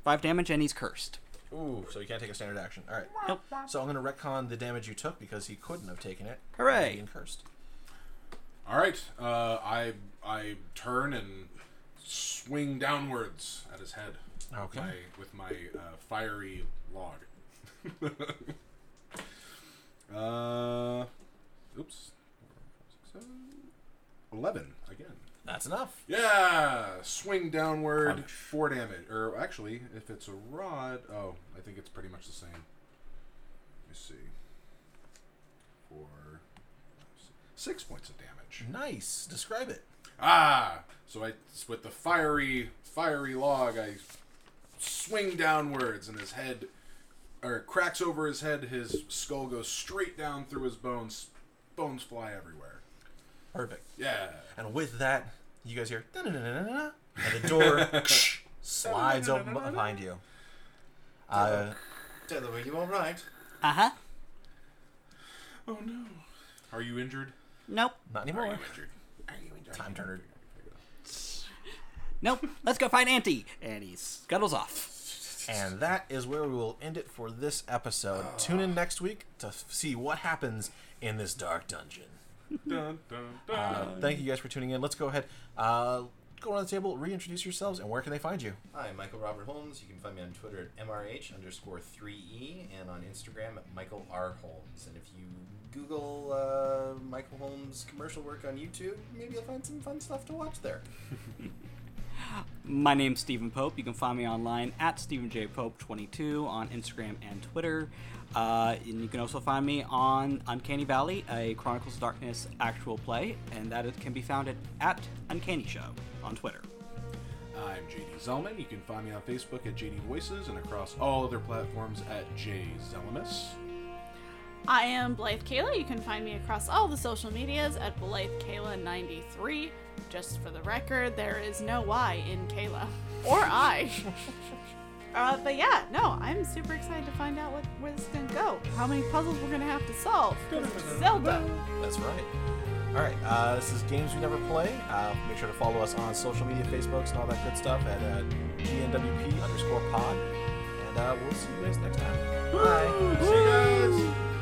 [SPEAKER 3] Five damage, and he's cursed.
[SPEAKER 1] Ooh, so you can't take a standard action. All right.
[SPEAKER 3] Nope.
[SPEAKER 1] So I'm going to retcon the damage you took because he couldn't have taken it.
[SPEAKER 3] Hooray.
[SPEAKER 1] Being cursed.
[SPEAKER 4] All right. Uh, I I turn and swing downwards at his head.
[SPEAKER 1] Okay.
[SPEAKER 4] My, with my uh, fiery log. uh, oops. Eleven again.
[SPEAKER 1] That's enough.
[SPEAKER 4] Yeah, swing downward, four damage. Or actually, if it's a rod, oh, I think it's pretty much the same. Let me see. Four, five, six- six points of damage.
[SPEAKER 1] Nice. Describe it.
[SPEAKER 4] Ah! So I, with the fiery, fiery log, I swing downwards, and his head, or cracks over his head. His skull goes straight down through his bones. Bones fly everywhere.
[SPEAKER 1] Perfect.
[SPEAKER 4] Yeah.
[SPEAKER 1] And with that, you guys hear "Da-na-na-na-na-na," and the door slides open behind you. Uh,
[SPEAKER 2] Taylor, are you all right?
[SPEAKER 3] Uh huh.
[SPEAKER 4] Oh no. Are you injured?
[SPEAKER 3] Nope.
[SPEAKER 1] not anymore.
[SPEAKER 4] injured? Oh. Are you injured?
[SPEAKER 1] Time turner.
[SPEAKER 3] Nope. Let's go find Auntie. And he scuttles off.
[SPEAKER 1] And that is where we will end it for this episode. Tune in next week to f- see what happens in this dark dungeon.
[SPEAKER 4] Dun, dun, dun.
[SPEAKER 1] Uh, thank you guys for tuning in. Let's go ahead, uh, go around the table, reintroduce yourselves, and where can they find you?
[SPEAKER 2] Hi, I'm Michael Robert Holmes. You can find me on Twitter at MRH underscore 3E and on Instagram at Michael R. Holmes. And if you Google uh, Michael Holmes commercial work on YouTube, maybe you'll find some fun stuff to watch there.
[SPEAKER 3] My name's Stephen Pope. You can find me online at StephenJPope22 on Instagram and Twitter. Uh, and you can also find me on Uncanny Valley, a Chronicles of Darkness actual play, and that it can be found at, at Uncanny Show on Twitter.
[SPEAKER 4] I'm JD Zellman. You can find me on Facebook at JD Voices and across all other platforms at J Zellemus.
[SPEAKER 5] I am Blythe Kayla. You can find me across all the social medias at Blythe Kayla93. Just for the record, there is no Y in Kayla or I. uh, but yeah, no, I'm super excited to find out what where this is gonna go. How many puzzles we're gonna have to solve? 'cause it's Zelda.
[SPEAKER 1] That's right. All right, uh, this is Games We Never Play. Uh, make sure to follow us on social media, Facebooks, and all that good stuff at uh, GNWP underscore pod. And uh, we'll see you guys next time. Bye.
[SPEAKER 4] See you guys.